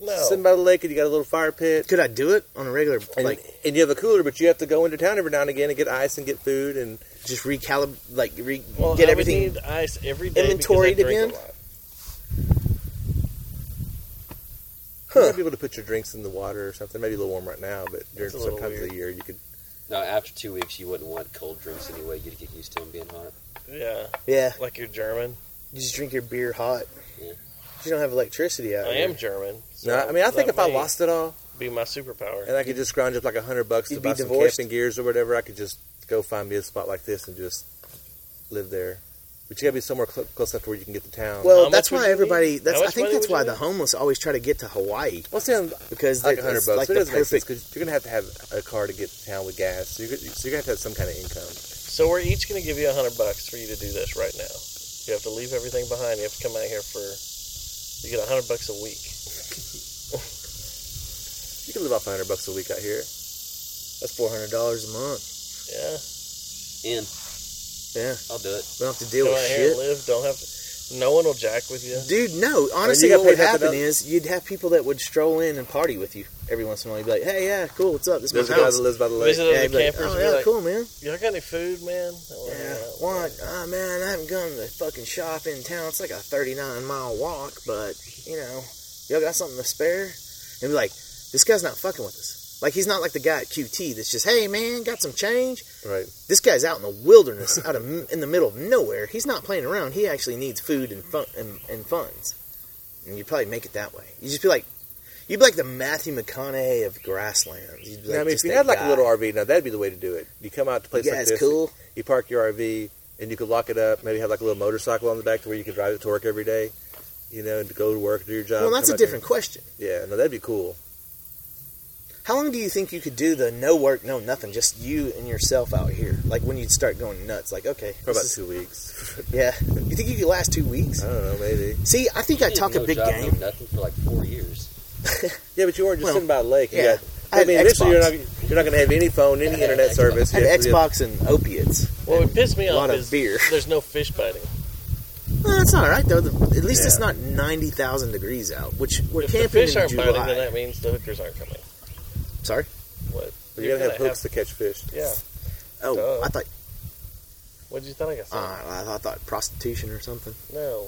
sitting No, by the lake, and you got a little fire pit, Could I do it on a regular and, like and you have a cooler, but you have to go into town every now and again and get ice and get food and just recalibrate like re- well, get I would everything? need ice every day. inventoried because I drink again? A lot. You might be able to put your drinks in the water or something. Maybe a little warm right now, but during It's a some little times of weird. the year you could. Now, after two weeks, you wouldn't want cold drinks anyway. You'd get used to them being hot. Yeah, Yeah, like you're German. you just drink your beer hot. Yeah. You don't have electricity out I here. am German. so No, Oh, I mean, I think that if I may lost it all be my superpower. and I could just scrounge up like a hundred bucks to You'd be buy some divorced. camping gears or whatever, I could just go find me a spot like this and just live there. But you gotta be somewhere cl- close enough to where you can get to town. Well, How that's much would why you everybody. need? That's How I much think money that's would you why the need? homeless always try to get to Hawaii I'm saying because like a they're- hundred it's bucks. like it the doesn't make sense perfect. because you're gonna have to have a car to get to town with gas. You're, gonna- so you're gonna have to have some kind of income. So we're each going to give you a hundred bucks for you to do this right now. You have to leave everything behind. You have to come out here for. You get a hundred bucks a week. You can live off a hundred bucks a week out here. That's four hundred dollars a month. Yeah, In. Yeah, I'll do it. we don't have to deal come with out here and shit. live. Don't have. To, no one will jack with you. Dude, no. Honestly, got what would paid half the happen dozen. is you'd have people that would stroll in and party with you every once in a while. You'd be like, "Hey, yeah, cool, what's up? This There's is a my guy that house." lives by the lake. Visit Yeah, other you'd be like, campers. oh and be yeah, like, cool, man. Y'all got any food, man? Yeah, Well, want? Ah, man, I haven't gone to the fucking shop in town. It's like a 39 mile walk, but, you know, y'all got something to spare? And be like, this guy's not fucking with us. Like, he's not like the guy at QT that's just, hey, man, got some change. Right. This guy's out in the wilderness, out of, in the middle of nowhere. He's not playing around. He actually needs food and, fun, and, and funds. And you'd probably make it that way. You'd just be like, you'd be like the Matthew McConaughey of grasslands. You'd be like, now, I mean, if just you that had like guy. a little RV, now that'd be the way to do it. You come out to a place yeah, like it's this, cool. you park your RV, and you could lock it up. Maybe have like a little motorcycle on the back to where you could drive it to work every day, you know, and to go to work, do your job. Well, that's uh, come a out here. different question. Yeah, no, that'd be cool. How long do you think you could do the no work, no nothing, just you and yourself out here? Like when you'd start going nuts, like okay, For about this two weeks. is- yeah. You think you could last two weeks? I don't know, maybe. See, I think I Didn't talk a no big job, game. No nothing for like four years. Yeah, but you weren't just Well, sitting by a lake. You yeah. got, I I, had mean, eventually you're not you're not going to have any phone, any internet service. I had You have to- Xbox and opiates. What would piss me A off lot is of beer. there's no fish biting. Well, that's not all right though. The, at least it's Yeah. not ninety thousand degrees out, which we're If the camping fish in aren't biting, July. then that means the hookers aren't coming. Sorry. What? You're going to have gonna hooks to catch fish. yeah. Oh, Duh. I thought What did you think I said? uh, I thought- I thought prostitution or something. no.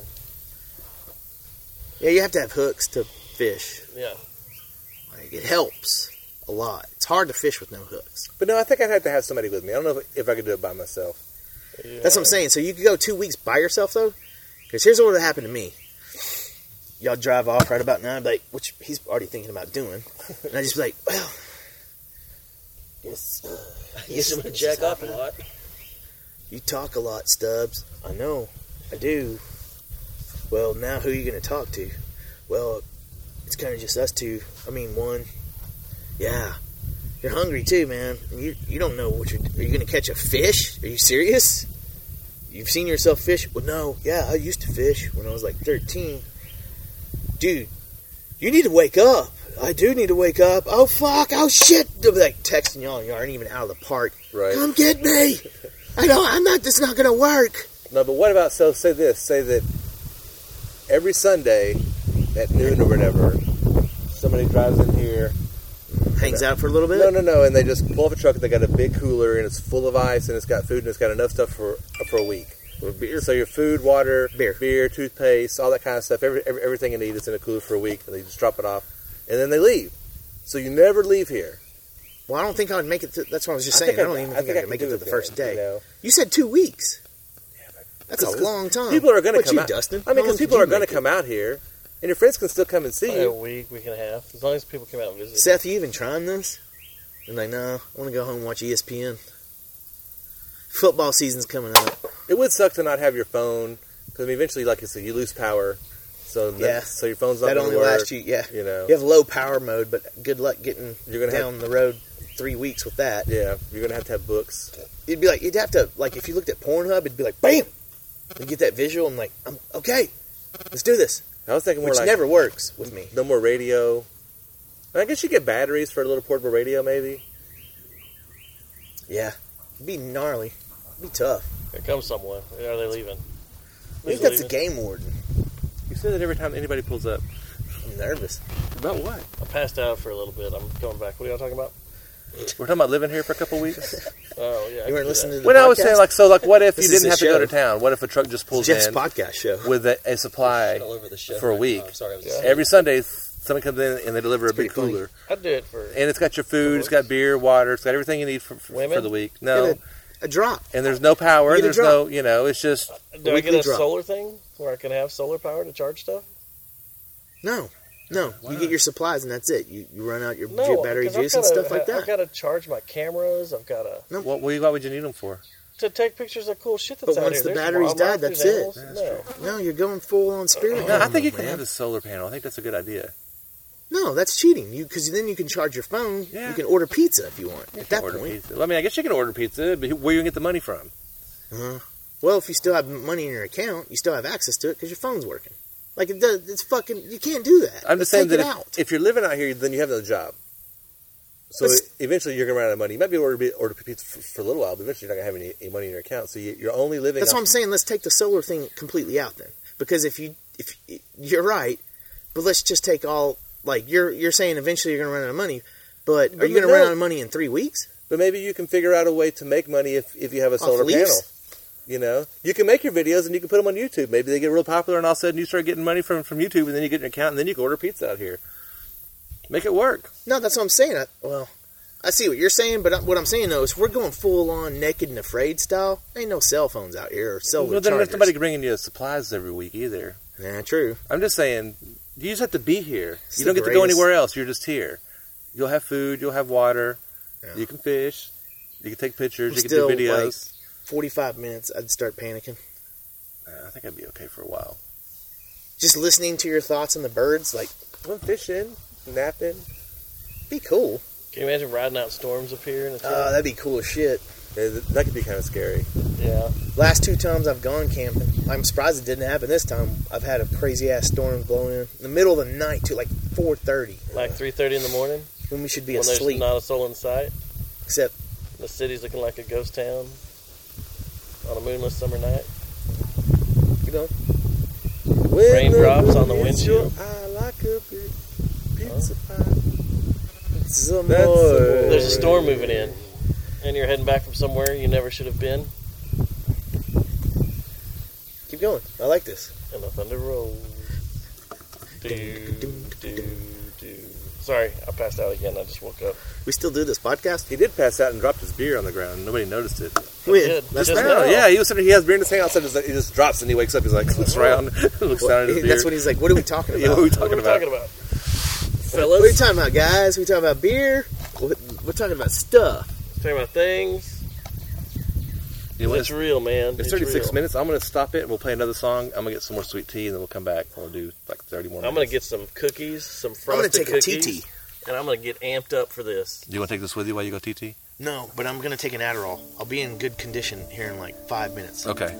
Yeah, you have to have hooks to fish. Yeah. Like, it helps a lot. It's hard to fish with no hooks. But no, I think I'd have to have somebody with me. I don't know if, if I could do it by myself. That's what I'm saying. So you could go two weeks by yourself though, because here's what would happen to me. Y'all drive off right about now, I'd be like which he's already thinking about doing, and I just be like, well, yes, uh, yes, I'm gonna jack off a lot. you talk a lot, Stubbs. I know, I do. Well, now who are you gonna talk to? Well, it's kind of just us two. I mean, one. Yeah, you're hungry too, man. And You you don't know what you're. Are you gonna catch a fish? Are you serious? You've seen yourself fish? Well, no. Yeah, I used to fish when I was like 13. Dude, you need to wake up. I do need to wake up. Oh fuck! Oh shit! They'll be like texting y'all. and Y'all aren't even out of the park. Right. Come get me. I know I'm not. It's not gonna work. No, but what about so say this? Say that every Sunday at noon or whatever, somebody drives in here. Hangs out for a little bit. No, no, no, and they just pull up a truck. and They got a big cooler and it's full of ice and it's got food and it's got enough stuff for for a week. So your food, water, Beer. toothpaste, all that kind of stuff. Every, every, everything you need is in a cooler for a week, and they just drop it off, and then they leave. So you never leave here. Well, I don't think I would make it. Th- that's what I was just saying. I, don't even think I, could can make do it to the then, first day. you know? You said two weeks. That's a 'Cause- long time. People are going to What come you, out. Dustin. I mean, because people are going to to come out here, and your friends can still come and see Probably a you. week, week and a half. As long as people come out and visit. Seth, you even trying this? I'm like, no, I want to go home and watch E ESPN. Football season's coming up. It would suck to not have your phone because I mean, eventually, like you said, you lose power. So that- Yeah. so your phone's not That gonna only work, lasts you, yeah. You know, You have low power mode, but good luck getting You're gonna down the road three weeks with that. yeah, you're gonna have to have books. You'd be like, you'd have to like if you looked at Pornhub, it'd be like, bam, you get that visual. and like, I'm okay, let's do this, I was thinking more which like never works with me. no more radio. I guess you get batteries for a little portable radio, maybe. Yeah, it'd be gnarly, it'd be tough. Here comes someone. Are they leaving? I Who's think that's the leaving? game warden. You say that every time anybody pulls up. I'm nervous. About what? I passed out for a little bit. I'm coming back. What are y'all talking about? We're talking about living here for a couple weeks. Oh yeah. I You can do weren't listening that. to the when I was podcast? saying like, so like, what if you This is didn't a have to go to show. town? What if a truck just pulls Jeff's in podcast show. with a, a supply for a week? sorry, I was Every Sunday, someone comes in and they deliver a big pretty funny. cooler, I'd do it for. and it's got your food, it's got beer, water, it's got everything you need for, for, Women? for the week. Get No, a, a drop. and there's no power, Get a there's no, you know, it's just Do I get weekly a drop. solar thing where I can have solar power to charge stuff? No, no, you get your supplies and that's it. You you run out your No, ju- battery because I've juice and gotta- stuff like I've that. got to charge my cameras. I've got to what, what, why would you need them for? to take pictures of cool shit that's But out once here. the There's batteries wild died, life, that's there's it. animals. no. No, you're going full on No, spirit. I animal, think you can man. have a solar panel. I think that's a good idea. No, that's cheating. You because then you can charge your phone. Yeah. You can order pizza if you want. You at can that order point, pizza. I mean, I guess you can order pizza, but where you gonna get the money from? well, if you still have money in your account, you still have access to it because your phone's working. Like it does, it's fucking. You can't do that. I'm just Let's saying take that it out. if, if you're living out here, then you have no job. So Let's- eventually you're gonna run out of money. You might be able to order, order pizza for, for a little while, but eventually you're not gonna have any, any money in your account. So you, you're only living. That's off what I'm saying. Let's take the solar thing completely out then, because if you if you're right, but let's just take all like you're you're saying eventually you're going to run out of money, but are But you going to no. run out of money in three weeks? But maybe you can figure out a way to make money if, if you have a Off solar leaves? panel. You know, you can make your videos and you can put them on YouTube. Maybe they get real popular, and all of a sudden you start getting money from, from YouTube, and then you get an account, and then you can order pizza out here. Make it work. No, that's what I'm saying. I, well, I see what you're saying, but I, what I'm saying though is we're going full on naked and afraid style. Ain't no cell phones out here or solar well, then there's chargers. somebody bringing you supplies every week either. Nah, true. I'm just saying, you just have to be here. It's you the don't get to go greatest- anywhere else. You're just here. You'll have food. You'll have water. Yeah. You can fish. You can take pictures. I'm you can still, do videos. Forty five minutes, I'd start panicking. Uh, I think I'd be okay for a while. Just listening to your thoughts and the birds, like, I'm fishing, napping. be cool. Can you imagine riding out storms up here? And it's Oh, that'd be cool as shit. Yeah, th- That could be kind of scary. yeah. Last two times I've gone camping, I'm surprised it didn't happen this time. I've had a crazy ass storm blow in in the middle of the night, too, like four thirty Like 3.30 in the morning when we should be when there's asleep. not a soul in sight. Except The city's looking like a ghost town on a moonless summer night. you know, when Raindrops on the moon hits windshield. your eye like a big pizza pie. Some That's more. the boy. There's a storm moving in, and you're heading back from somewhere you never should have been, Keep going. I like this. and the thunder rolls. Do, do, do. Sorry, I passed out again. I just woke up. We still do this podcast. He did pass out and dropped his beer on the ground. and Nobody noticed it. When? did. That's Just right. now. Oh, yeah, he was sitting. He has beer in his hand. All of a sudden, he just drops and he wakes up. He's like looks around, looks down at his beer. That's what he's like. What are we talking about? yeah, what are we What are talking we about? talking about? What are we talking about, guys? We talking about beer? What- We're talking about stuff. Talking about things. You know, it's, it's real, man. it's 36 real. minutes. I'm gonna stop it. and We'll play another song. I'm gonna get some more sweet tea, and then we'll come back. and We'll do like 30 more. I'm gonna get some cookies, some I'm gonna frosted take a cookies, TT. and I'm gonna get amped up for this. Do you want to take this with you while you go TT? No, but I'm gonna take an Adderall. I'll be in good condition here in like five minutes. Okay.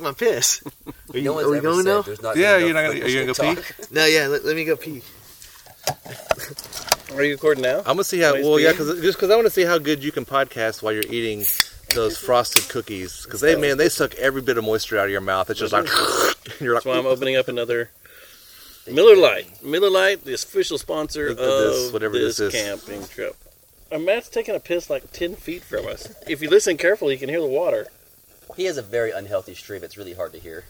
want to piss. Are you, No one's are we ever going said now? there's not Yeah, enough you're not gonna- liquor are you gonna to go talk. No, yeah. Let, let me go pee. Are you recording now? I'm gonna see how. Please Well, yeah, be. 'cause just because I want to see how good you can podcast while you're eating those frosted cookies. Because they, man, they suck every bit of moisture out of your mouth. It's just like and you're like That's why I'm opening up another Miller Lite. Miller Lite, the official sponsor Look of at this, this, whatever this is. camping trip. Our Matt's taking a piss like ten feet from us. If you listen carefully, you can hear the water. He has a very unhealthy stream. It's really hard to hear.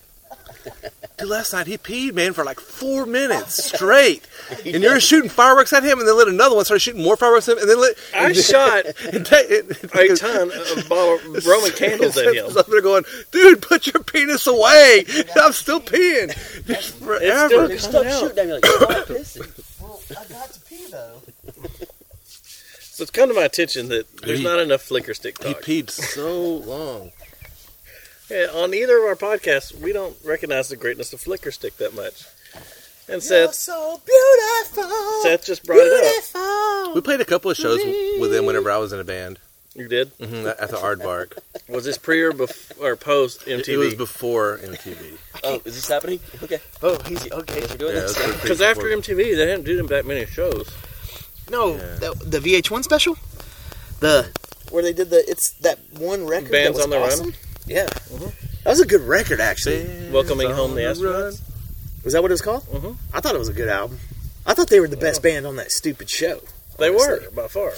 Dude, last night he peed, man, for like four minutes straight, and you're shooting fireworks at him, and then let another one start shooting more fireworks at him, and then let. I shot and ta- and- a ton of bottle- Roman candles at him. I'm there going, dude, put your penis away. I'm still peeing. Just still- Forever. There's stuff out. shooting at me like, stop pissing. So it's come to my attention that there's He- not enough flicker stick He talk. peed so long. Yeah, on either of our podcasts, we don't recognize the greatness of flicker stick that much. And Seth, so beautiful. Seth just brought it up. We played a couple of shows with him whenever I was in a band You did? hmm at the Aardvark. Was this pre or, bef- or post It- It was MTV? before MTV. Oh, is this happening? Okay. Oh, he's Okay, okay. yes, we're doing Yeah, this. it was Because pretty after before- MTV, they didn't do them that many shows. No, Yeah. the, the VH1 special. The where they did the it's that one record. that Bands was on the Run? awesome. Yeah, that was a good record actually. Welcoming Bands home the on run. astronauts? Was that what it was called? Mhm. I thought it was a good album. I thought they were the best band on that stupid show. They honestly. were, by far.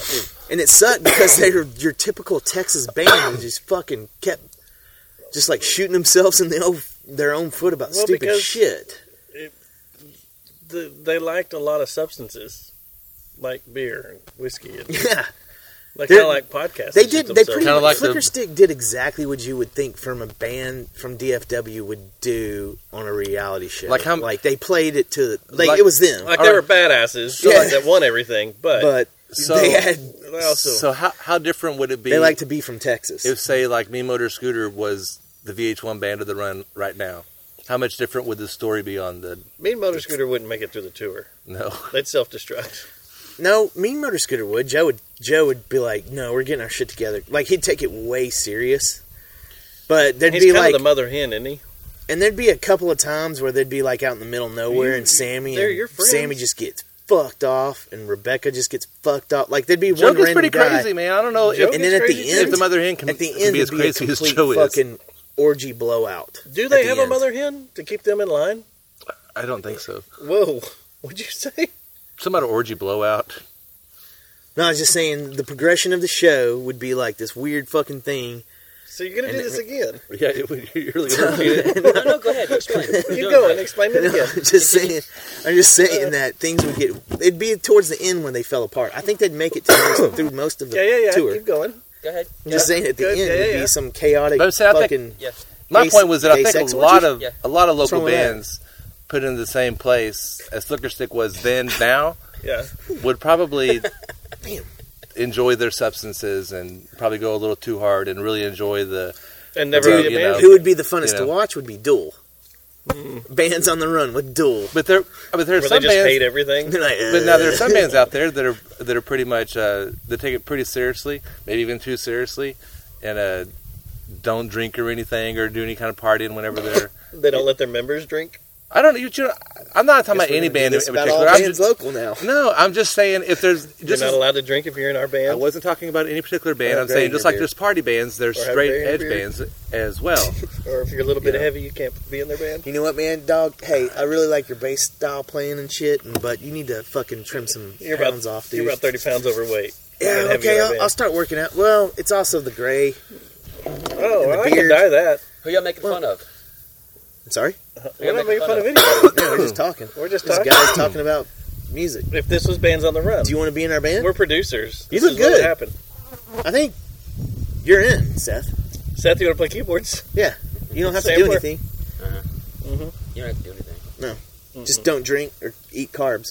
and it sucked because they were your typical Texas band who just fucking kept just like shooting themselves in the old, their own foot about Well, stupid because- shit. The, they liked a lot of substances, like beer and whiskey. And, Yeah, like, They're- kind of like podcasts. they and shit did. They pretty themselves. Kinda much like the- Flicker Stick did exactly what you would think from a band from DFW would do on a reality show. Like how- like they played it to like, Like- it was them, Like, All they right. were badasses Yeah. that won everything, but, but So- they had they also... So how how different would it be they like to be from Texas. if say like Me Motor Scooter was the VH1 band of the run right now? How much different would the story be on the me and Motor Scooter wouldn't make it through the tour. no? They'd self-destruct. No, Mean Motor Scooter would. Joe would. Joe would be like, "No, we're getting our shit together." Like he'd take it way serious. But there'd He's be kind like, of the mother hen, isn't he? and there'd be a couple of times where they'd be like out in the middle of nowhere, and Sammy, they're and your friends. Sammy just gets fucked off, and Rebecca just gets fucked off. Like there'd be Joke one is random pretty guy, crazy, man. I don't know if, and then at the if end, the mother hen can, at the can end, be as it'd be a crazy as complete Joe is. fucking orgy blowout. Do they at the have a end. mother hen to keep them in line? I don't think so. Whoa. What'd you say? Some out of orgy blowout. No, I was just saying the progression of the show would be like this weird fucking thing. So you're gonna And do it- this again? Yeah, it, would- you're really gonna repeat it. No, no, go ahead. Explain. Keep going. Explain it No, again. I'm just saying. I'm just saying that things would get. It'd be towards the end when they fell apart. I think they'd make it to most, through most of the Yeah, yeah, yeah. tour. Keep going. Go ahead. I'm just saying at the Good, end yeah, would yeah. be some chaotic But see, I think- fucking. My Gay- point was that I gay think sex a lot orgy? of Yeah. a lot of What's local wrong with that? bands put in the same place as Flicker Stick was then now Yeah. would probably Damn. enjoy their substances and probably go a little too hard and really enjoy the And never Dude, eat a you man. know. Who would be the funnest You to know. watch? Would be Duel. Mm. Bands on the Run with Duel. but there but there are Where they some just hate bands everything. They're like, uh, but now "Ugh." there are some bands out there that are that are pretty much uh, they take it pretty seriously maybe even too seriously and uh, don't drink or anything or do any kind of partying whenever they're They don't let their members drink. I don't you, know I'm not talking Guess about we're any gonna do band in, this in about all particular I'm bands just, local now. no I'm just saying if there's You're just not allowed to drink if you're in our I band. wasn't talking about any particular band. Or I'm saying Graham just like Beer. there's party bands, there's Or have straight Graham edge Beer. bands as well. Or if you're a little bit Yeah. heavy, you can't be in their band. You know what, man, dog? Hey, I really like your bass style playing and shit, but you need to fucking trim some You're about- pounds off, dude. You're about 30 pounds overweight. yeah, You're heavy in okay, our I'll, band. I'll start working out. Well, it's also the gray. Oh, the I can beard. die that. Who y'all making fun of? Sorry, We're not making fun of anybody. no, we're just talking. We're just This talking. guy's talking about music. If this was bands on the run, Do you want to be in our band? we're producers. You This is look what would good. happen. I think you're in, Seth. Seth, you want to play keyboards? You don't have to Sampler. do anything. Uh-huh. Mm-hmm. You don't have to do anything. Just don't drink or eat carbs.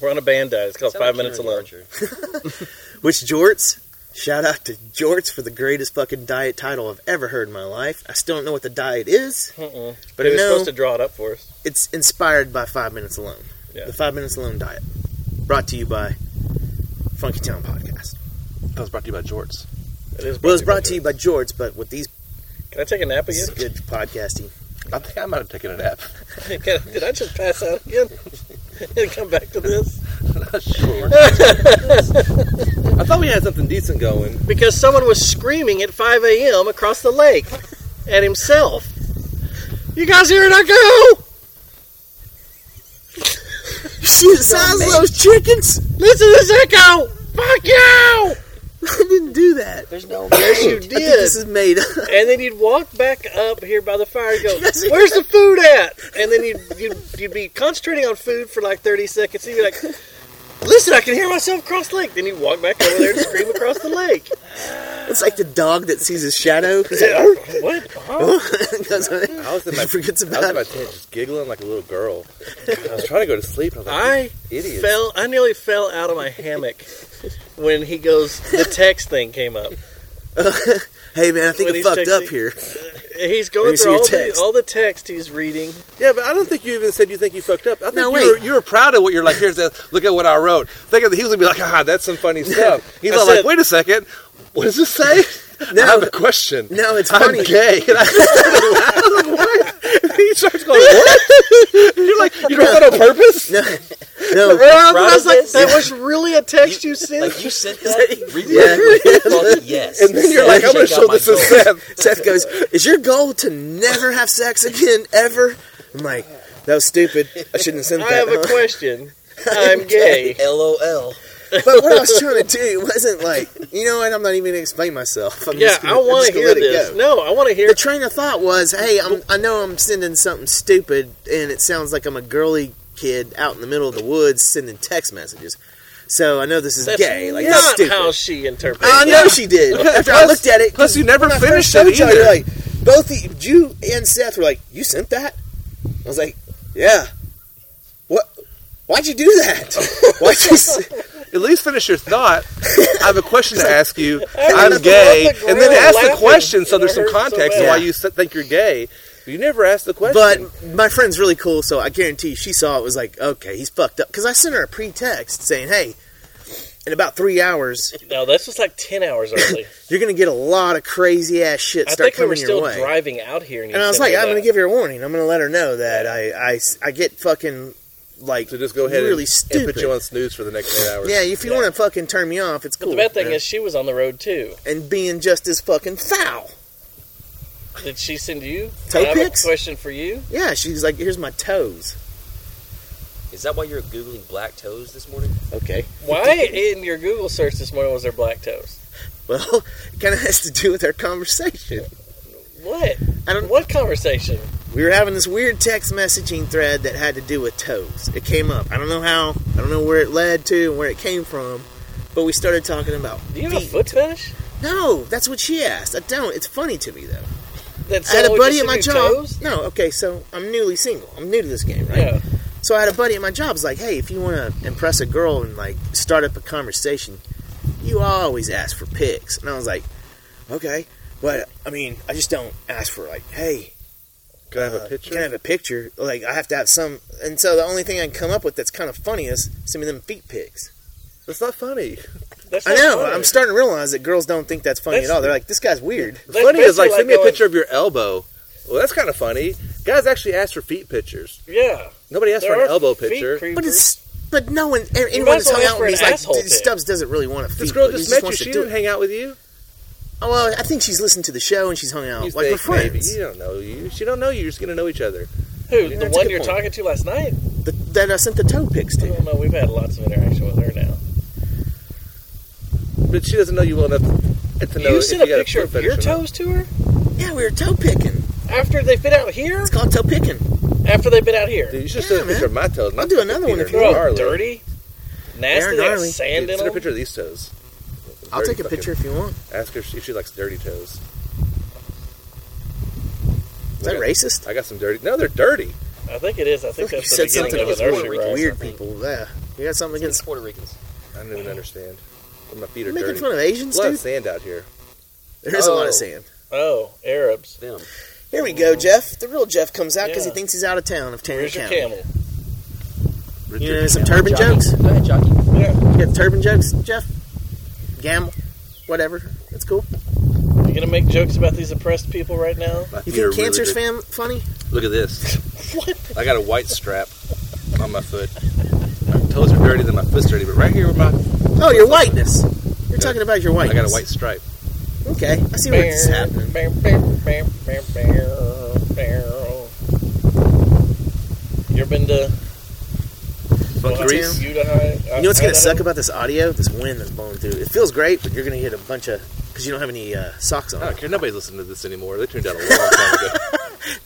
We're on a band diet. It's called Sound Five like Minutes Karen Alone. Archer. Which Jorts? Shout out to Jorts for the greatest fucking diet title I've ever heard in my life. I still don't know what the diet is, Mm-mm. but They I were know supposed to draw it up for us. it's inspired by Five Minutes Alone. Yeah. The Five Minutes Alone diet, brought to you by Funky Town Podcast. That was brought to you by Jorts. It is Well, it's brought to you by Jorts, but with these Can I take a nap This again? is good podcasting. I think I might have taken a nap. Can- Did I just pass out again and come back to this? Not sure. I thought we had something decent going. Because someone was screaming at 5 a.m. across the lake at himself. You guys hearing I go? Shit, the size of those chickens! Listen to this echo! Fuck you! I didn't do that. There's no. Yes, you I think did. this is made up. And then you'd walk back up here by the fire and go, Yes, you- Where's the food at? And then you'd, you'd, you'd be concentrating on food for like 30 seconds. And you'd be like, Listen, I can hear myself across the lake. Then you'd walk back over there and scream across the lake. It's like the dog that sees his shadow. He's like, what? Huh? goes, I was in he my forgets I was about in my it. tent just giggling like a little girl. I was trying to go to sleep. And I was like, I idiot. fell. I nearly fell out of my hammock when he goes. The text thing came up. Hey man, I think When I he's fucked up texting. here. He's Let going me see through your all the, text. all the text he's reading. Yeah, but I don't think you even said you think you fucked up. I think No, you, were, wait. you were proud of what you're like. Here's that. Look at what I wrote. Think of, he was gonna be like, ah, that's some funny stuff. He's I all said- like, wait a second, what does this say? I have a question. No, it's I'm funny. gay. And I what? He starts going, what? you're like, you wrote that on purpose? No, no. I was was like, like, that was really a text you sent. Like you sent that? Read Yeah. it. Fuck yes. And then you're like, I'm gonna Check out show my this to goal. Seth. Seth goes, "Is your goal to never have sex again, ever?" I'm like, "That was stupid. I shouldn't have sent I have that." a huh?" question. I'm gay. LOL. But what I was trying to do wasn't like, you know what? I'm not even gonna explain myself. I'm Yeah, just I gonna, want to hear let this. It go. No, I want to hear. The train of thought was, "Hey, I'm, I know I'm sending something stupid, and it sounds like I'm a girly kid out in the middle of the woods sending text messages." So I know this is That's gay. Like that's not stupid. how she interprets. I it. know she did. After I looked at it, Plus, you never when I finished first it showed y'all, you're either. Like both the, you and Seth were like, "You sent that?" I was like, "Yeah." What? Why'd you do that? Why'd you? s- At least finish your thought. I have a question to ask you. I I'm was gay, off the and then grill ask the laughing, question so and there's it some hurt so context to bad. why you s- think you're gay. You never asked the question. But my friend's really cool, so I guarantee she saw it was like, "Okay, he's fucked up." Because I sent her a pre-text saying, "Hey, in about three hours, No, this was like ten hours early. you're gonna get a lot of crazy ass shit I start think we coming were still your way." driving out here, and, you and I was sent like, me "I'm that. gonna give her a warning. I'm gonna let her know that I I s- I get fucking like So just go ahead really and, stupid. and put you on snooze for the next eight hours. Yeah, if you Yeah. want to fucking turn me off, it's But cool. the bad thing Yeah. is, she was on the road too. and being just as fucking foul. Did she send you? Toe I have pics? a question for you. Yeah, she's like, here's my toes. Is that why you're googling black toes this morning? Okay. Why in your Google search this morning was there black toes? Well, it kind of has to do with our conversation. What? I don't. What conversation? We were having this weird text messaging thread that had to do with toes. It came up. I don't know how. I don't know where it led to and where it came from. But we started talking about. Do you have a feet. foot fetish? No, that's what she asked. I don't. It's funny to me though. That I had a someone buddy just at my sent you job. toes? No, okay, so I'm newly single. I'm new to this game, right? Yeah. So I had a buddy at my job. Was like, hey, if you want to impress a girl and like start up a conversation, you always ask for pics. And I was like, okay, but I mean, I just don't ask for like, hey, Can I have uh, a picture? Can I have a picture? Like, I have to have some. And so the only thing I can come up with that's kind of funny is send me them feet pics. That's not funny. That's I not know. funny. I'm starting to realize that girls don't think that's funny oh, That's- at all. They're like, this guy's weird. The That's funny is like, basically send me a going- picture of your elbow. Well, that's kind of funny. Guys actually ask for feet pictures. Yeah. Nobody asked There for are an elbow feet picture. But creepers. it's. But no one, anyone that's well hung ask out for with me is an like, asshole pic. Stubbs doesn't really want a feet. This girl pic. He just met you. wants She to do it. didn't hang out with you. Oh, well, I think she's listened to the show and she's hung out. You Oh, like we're think maybe. friends. You don't know you. She don't know you. You're just gonna know each other. Who? Yeah, the that's a one good you're point. talking to last night? The, that I sent the toe pics I to. don't know. We've had lots of interaction with her now. But she doesn't know you well enough to, to know you if sent a got picture foot fetish of your or not. toes to her Yeah, we were toe picking. after they've been out here. It's called toe picking. After they've been out here. Dude, you should Yeah, send a picture man. of my toes. My I'll do fucking another feet one are if you want. gnarly. dirty, nasty, they They're got gnarly. sand Dude, in send a them. picture of these toes. I'll Dirty take a fucking- picture if you want. Ask her if she if she likes dirty toes. Is that I got- racist? I got some dirty. No, they're dirty. I think it is. I think you that's the said beginning something of against an Puerto ocean Rico. rise. Weird people. Yeah, you got something It's against Puerto Ricans. I don't even understand. My feet are You're making dirty. fun of There's Asians, a lot of dude. sand out here. There is a lot Oh. of sand. Oh, Arabs. Them. Here we go, Jeff. The real Jeff comes out because Yeah. he thinks he's out of town of Tarrant Here's your County. camel. You know some turban Jockey. jokes? Go ahead, Jockey. You got turban jokes, Jeff? Gamble, whatever. That's cool. You gonna make jokes about these oppressed people right now? You You're really think cancer's big. fam- funny? Look at this. I got a white strap on my foot. My toes are dirty, then my foot's dirty, but right here where my Oh, your whiteness. You're talking about your I whiteness. got a white stripe. Okay, I see what's happening. Bear, bear, bear, bear, bear, bear. You ever been to Fuck Greece. You know what's gonna suck about this audio? This wind that's blowing through. It feels great, but you're gonna hit a bunch of because you don't have any uh, socks on. I don't care. Nobody's listening to this anymore. They turned out a long time ago.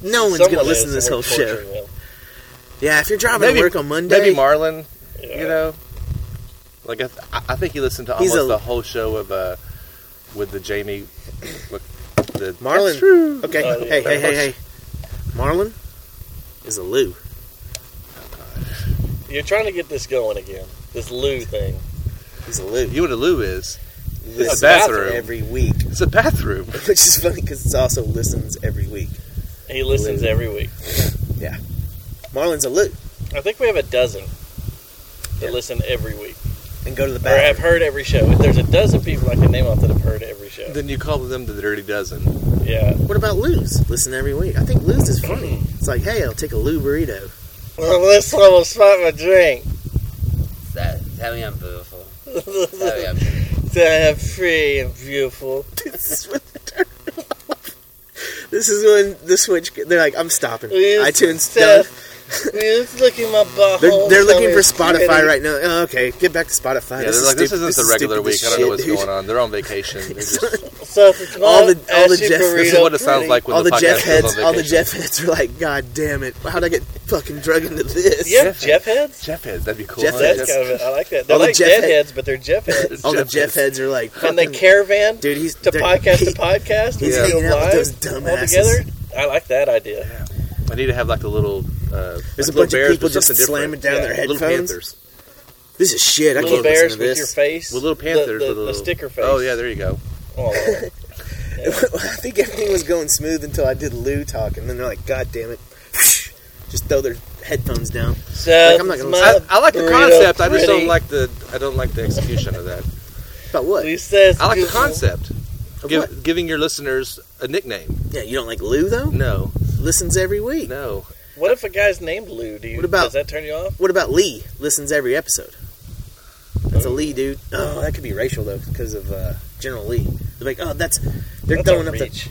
No one's gonna listen to this whole show. Yeah, if you're driving Maybe- to work on Monday, Maybe Marlon, you Yeah. know, like I, th- I- I think he listened to He's almost a- the whole show of uh, with the Jamie. Look, the Marlon. Okay, Oh, yeah. hey, hey, hey, hey. Marlon is a Lou. You're trying to get this going again. This Lou thing. He's a Lou. You know what a loo is? Listens bathroom. every week, It's a bathroom. which is funny because it's also listens every week. He listens Lou. every week. Marlon's a Lou I think we have a dozen that Yeah. listen every week. and go to the Or have bathroom. heard every show. If there's a dozen people I can name off that have heard every show. Then you call them the Dirty Dozen. Yeah. What about Lou's? Listen every week. I think Lou's is funny. Mm. It's like, hey, I'll take a Lou burrito. Well, this one will spot my drink. That, tell me I'm beautiful. Tell me I'm beautiful. that I'm free and beautiful. this is when the turn off. This is when the switch. They're like, I'm stopping. Please, iTunes Steph. stuff. Just look at my butthole. They're, they're Tell looking me for it's Spotify pretty. right now. Oh, okay, get back to Spotify. Yeah, they're like, this stupid- isn't the is regular stupid week. as I don't know shit, what's dude. going on. They're on vacation. They're just, So if it's All the- all the ashy Jeff- burrito, this this is what it sounds like when All the, podcast Jeff goes on heads, all the vacation. Jeff heads are like, God damn it! How'd I get fucking drug into this? You have Jeff heads? Jeff heads. That'd be cool. Jeff huh? That's Jeff- kind of. I like that. They're All the like Jeff deadheads, head- but they're Jeff heads. All the Jeff Jeff heads. heads are like, And they fucking- caravan dude, he's to dude, podcast to he- podcast. he's we hanging go live out with those all dumbasses. together. I like that idea. I need to have like a little. Uh, There's a like little bunch of bears people with something just slamming different. down Yeah, their Little headphones. panthers. This is shit. I little can't listen bears to with your this. face. With little panthers. The, the, with a the little sticker face. Oh yeah, there you go. Oh, I think everything was going smooth until I did Lou talk, and then they're like, God damn it. Just throw their headphones down. so Like, I'm not gonna my I, I like the burrito concept. I just pretty. don't like the. I don't like the execution of that. About what? He says I like the beautiful. concept. Of Give, what? Giving your listeners a nickname. Yeah, you don't like Lou, though? No, Listens every week. no. What if a guy's named Lou? Do you, What about- does that turn you off? What about Lee? Listens every episode. That's a Lee, dude. Oh, that could be racial, though, because of uh, General Lee. They're like, oh, that's. They're That's throwing a up the. reach.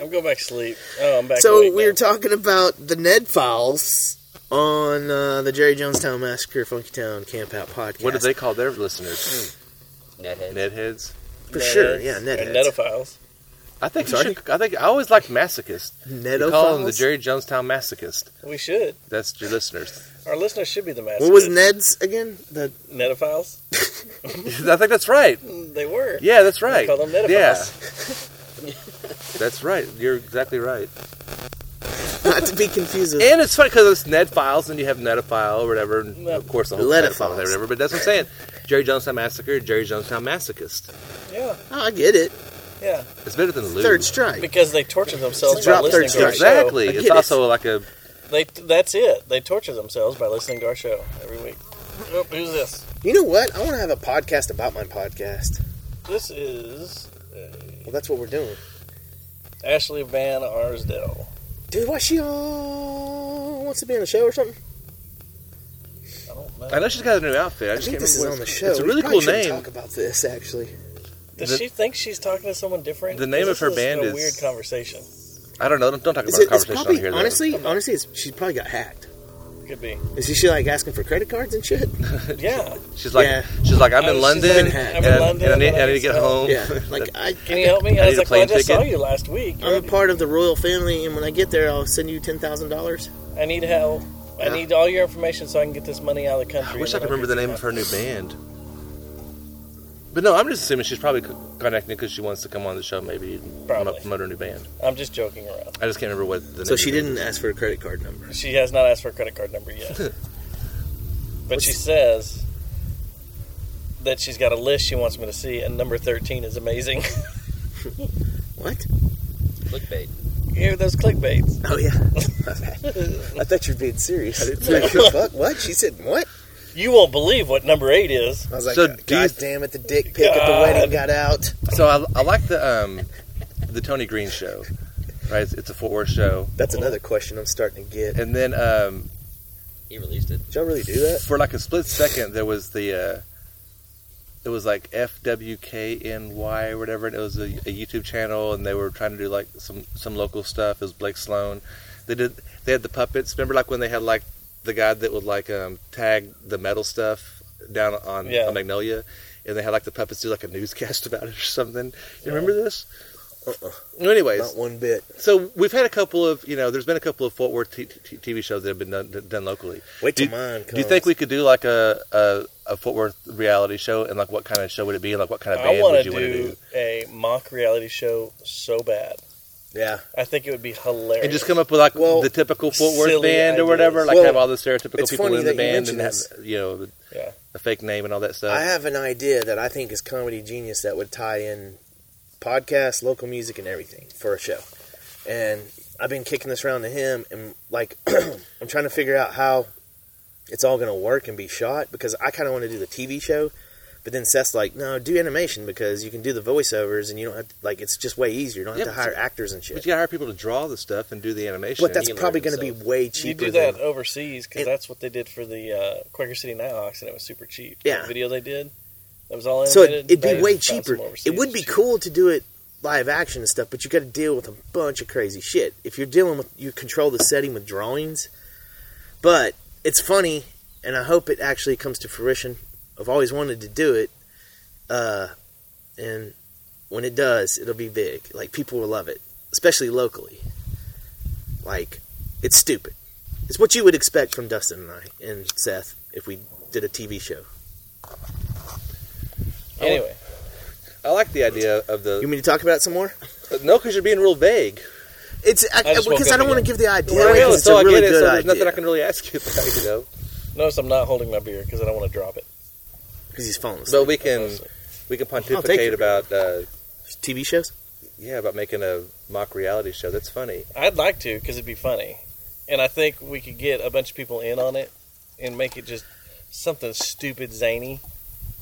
I'm going back to sleep. Oh, I'm back. So awake we were now. talking about the Ned Files on uh, the Jerry Jonestown Massacre Funky Town Camp Out podcast. What do they call their listeners? Nethead. Netheads. For sure, Netheads yeah, or Ned. Netophiles. I think. I'm you sorry? should, I think I always liked masochist. You Ned call them the Jerry Jonestown masochist. We should. That's your listeners. Our listeners should be the master. What was Ned's again? The Netophiles? I think that's right. Mm, They were. Yeah, that's We right. call them Netophiles. Yeah, that's right. You're exactly right. not to be confused with And it's funny because it's Ned Files, and you have Netophile or whatever, and of course the whole Let it Ned Files files. whatever. But that's what I'm saying. Jerry Jonestown Massacre, Jerry Jonestown Masochist. Yeah. Oh, I get it. Yeah. It's better than Lou. Third strike. uh, Oh, Oh, You won't believe what number eight is. I was like, So God, do you- damn it, the dick pic at the wedding got out. So I, I like the um, the Tony Green show, right? It's, it's a Fort Worth show, That's another question I'm starting to get. and then um, He released it. Did y'all really do that? for like a split second there was the uh, it was like FWKNY or whatever and it was a, a YouTube channel and they were trying to do like some some local stuff it was Blake Sloan they did they had the puppets remember like when they had like the guy that would like um, tag the metal stuff down on, Yeah. on Magnolia and they had like the puppets do like a newscast about it or something you remember this Uh-uh. Well, anyways Not one bit. so we've had a couple of you know there's been a couple of Fort Worth t- t- TV shows that have been done, done locally Wait till Do- mine comes. do you think we could do like a, a a Fort Worth reality show and like what kind of show would it be and like what kind of I band want would to you want to do do a mock reality show so bad. Yeah. I think it would be hilarious. and just come up with like Well, the typical Fort Worth silly band or ideas. whatever like Well, have all the stereotypical it's people funny in the that you band and have, mention you know the, Yeah. a fake name and all that stuff I have an idea that I think is comedy genius that would tie in podcasts, local music, and everything for a show. And I've been kicking this around to him, and like, I'm trying to figure out how it's all going to work and be shot because I kind of want to do the TV show. But then Seth's like, no, do animation because you can do the voiceovers and you don't have to, like, it's just way easier. You don't have Yeah, to but- hire actors and but shit. you gotta hire people to draw the stuff and do the animation But that's can learn probably going to be himself. way you cheaper. do that than- overseas because It- that's what they did for the uh, Quaker City Nighthawks, and it was super cheap. Yeah. the video they did that was all so animated. it, it'd They be way found some cheaper. overseas It would be cheap. cool to do it live action and stuff, but you got to deal with a bunch of crazy shit. If you're dealing with, you control the setting with drawings. But it's funny, and I hope it actually comes to fruition. I've always wanted to do it, uh, and when it does, it'll be big. Like people will love it, especially locally. Like it's stupid. It's what you would expect from Dustin and I and Seth if we did a TV show. Anyway, I like the idea of You the want me to talk about it some more? no because you're being real vague It's I, I just woke because I up don't want again. to give the idea. Well, away, 'cause it's so a I really get it so good there's nothing I idea can really ask you about you know notice I'm not holding my beer because I don't want to drop it. because he's falling asleep. but we can we can pontificate your- about uh, TV shows. yeah about making a mock reality show that's funny I'd like to because it'd be funny, and I think we could get a bunch of people in on it and make it just something stupid zany.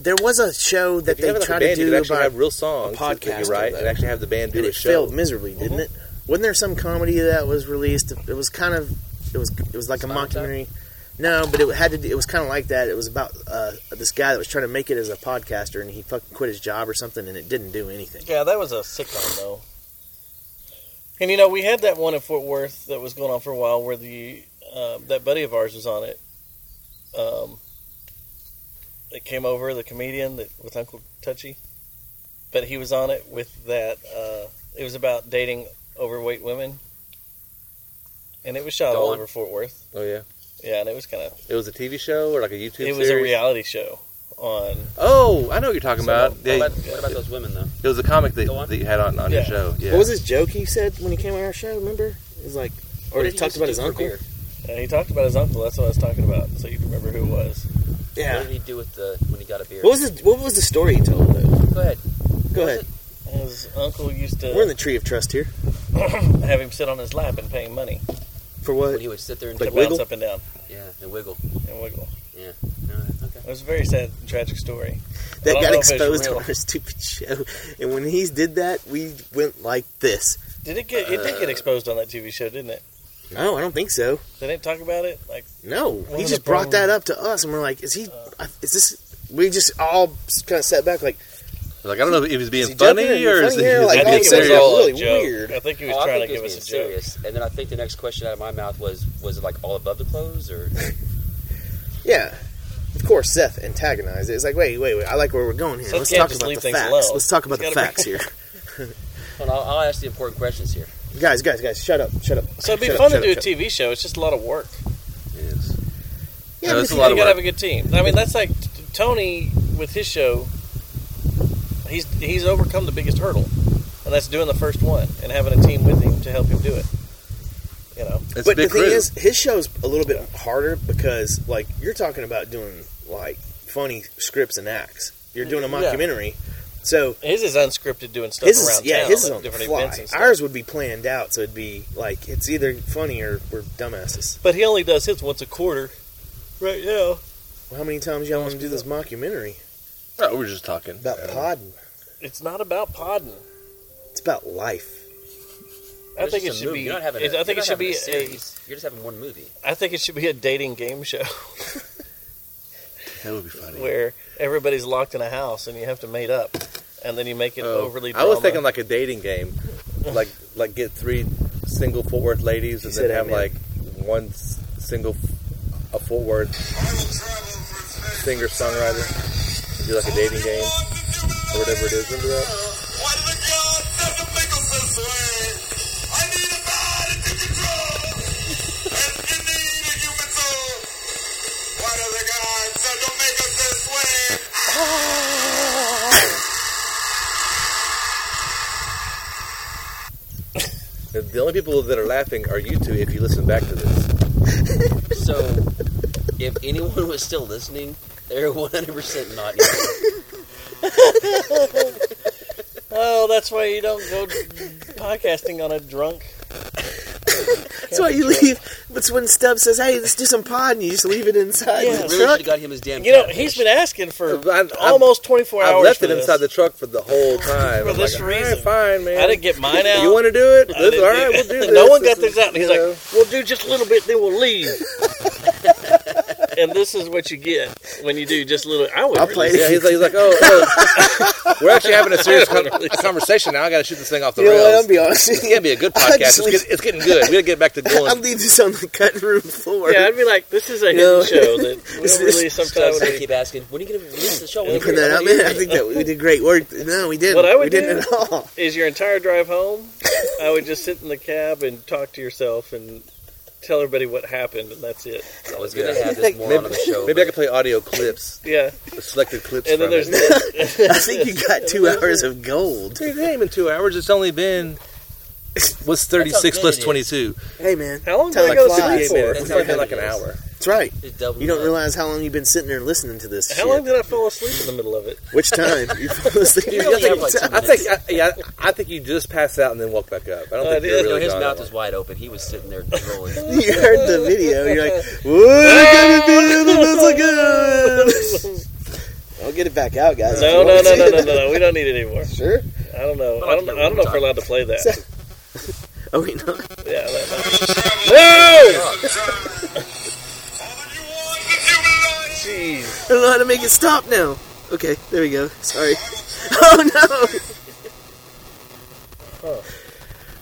There was a show If that you they have, like, a tried band, to you do could actually about have real songs a podcast that you or write that. and actually have the band do and a it show. failed miserably, didn't it? Wasn't there some comedy that was released? It was kind of it was it was like a mockumentary. No, but it had to. do- It was kind of like that. It was about uh, this guy that was trying to make it as a podcaster, and he fucking quit his job or something, and it didn't do anything. Yeah, that was a sitcom though. And you know, we had that one in Fort Worth that was going on for a while, where the uh, that buddy of ours was on it. Um, that came over the comedian that with Uncle Touchy, but he was on it with that. Uh, it was about dating overweight women, and it was shot all Dawn. over Fort Worth. Oh yeah, Yeah, and it was kind of it was a TV show or like a YouTube. it was a series? reality show on Oh, I know what you're talking about. what, Yeah, about, what about those women though? it was a comic that, Go on. that you had on, on your Yeah. show. Yeah, What was his joke he said when he came on our show? Remember, it was like, or What he did talked used to about do his for uncle. beer? Yeah, he talked about his uncle. That's what I was talking about. So you can remember who it was. What did he do with the when he got a beer? What was his, what was the story he told? Though? Go ahead. Go ahead. His uncle used to We're in the tree of trust here. have him sit on his lap and pay him money For what? When he would sit there and to Like tip- bounce wiggle? up and down yeah, and wiggle. and wiggle. No, okay. It was a very sad and tragic story. I That don't got know if it's exposed real. on our stupid show. And when he did that, we went like this. Did it get? It Uh, did get exposed on that TV show, didn't it? No, I don't think so. They didn't talk about it. Like No, of he the just brought problems- that up to us, and we're like, "Is he? I- Is this?" We just all kind of sat back, like, like I don't know if he was being he funny joking or or is funny he here? Like, like, I being think it was serious? all- uh, really a joke. weird. I think he was Oh, I trying to think he give was us a being joke. serious. And then I think the next question out of my mouth was, was it like all above the clothes or? "Yeah." Of course, Seth antagonized it. It's like, wait, wait, wait. I like where we're going here. Seth Let's can't talk just about leave the things facts. alone. Let's talk about He's the gotta facts here. Hold on, I'll, I'll ask the important questions here. guys, guys, guys, shut up, shut up. So it'd be Shut up, fun to shut do a up, shut TV show. It's just a lot of work. It is. Yeah, No, but it's a if you lot you of gotta work. have a good team. I mean, that's like t- t- Tony with his show. He's he's overcome the biggest hurdle, and that's doing the first one and having a team with him to help him do it. You know, It's a but big the thing crew. is, his show's a little bit harder because, like, you're talking about doing like funny scripts and acts. You're doing a Yeah. mockumentary, so his is unscripted, doing stuff his around is yeah, town, his is at on the different fly. events and stuff. Ours would be planned out, so it'd be like it's either funny or we're dumbasses. But he only does his once a quarter, right now. Well, how many times y'all want to do this mockumentary Oh, we were just talking about Adam. podding? It's not about podding. It's about life. I It's think it just a should movie. be. You're not having. a- it- I you're think not it should having be a a. series. You're just having one movie. I think it should be a dating game show That would be funny. where everybody's locked in a house and you have to mate up, and then you make it Oh, overly. I was drama. thinking like a dating game, like like get three single Fort Worth ladies and said then have amen. like one s- single f- a Fort Worth singer songwriter. Do like a dating game or whatever it is. Remember that? The- The only people that are laughing are you two. If you listen back to this, So, if anyone was still listening, they're 100 percent not. Yet. Oh, that's why you don't go podcasting on a drunk. That's why you leave. That's when Stubb says, "Hey, let's do some podding." You just leave it inside Yeah, We the really should truck. have got him his damn. You know, catfish. he's been asking for I- I've- almost 24 I've hours. left for it inside the this. truck for the whole time. For I'm this like, reason. "All right, fine, man. I didn't get mine out. You want to do it? I This, didn't all right, we'll do- do this. No one This got theirs is, out. He's you like, know. "We'll do just a little bit, then we'll leave." and this is what you get when you do just a little. I would I'll really play Yeah, he's like, he's like oh, oh, we're actually having a serious con- conversation now. I got to shoot this thing off the You know what? I'll rails. be honest. with It's gonna you. be a good I podcast. just It's, get, it's getting good. We gotta get back to I'll going. leave this on the cutting room floor. Yeah, I'd be like, "This is a No. hidden show that we Is don't this- really So sometimes." they keep asking, when are you going to release the show? You put that out, man. I think that we did great work. No, we didn't. What I would we didn't do- at all. Is your entire drive home? I would just sit in the cab and talk to yourself and tell everybody what happened, and that's it. I was going to have this moron on the show. Maybe I could play audio clips, Yeah, selected clips. and then from there's it. I think you got two hours of gold. Dude, it ain't been two hours. It's only been what's thirty That's how six good plus it is. twenty two. Hey, man. How long did Time I go flies. to sleep Eight for? minutes. That's It's how only been good like it an is. hour. That's right. Just double You don't up. realize how long you've been sitting there listening to this How shit. long did I fall asleep in the middle of it? Which time? You fall asleep. You only every have, like, two time. I think, I, yeah, I think you just passed out and then walked back up. I don't Oh, think I you're did. No, really his gone mouth that was wide open. He was sitting there rolling. you heard the video. You're like, we're gonna do this again. I'll get it back out, guys. No, no, no, no, no, no, no. We don't need it anymore. Sure. I don't know. Well, I don't. I okay, don't know we're if we're allowed to play that. So- Oh wait, no. Yeah. That, no. Jeez. I don't know how to make it stop now. Okay, there we go. Sorry. Oh no! Oh.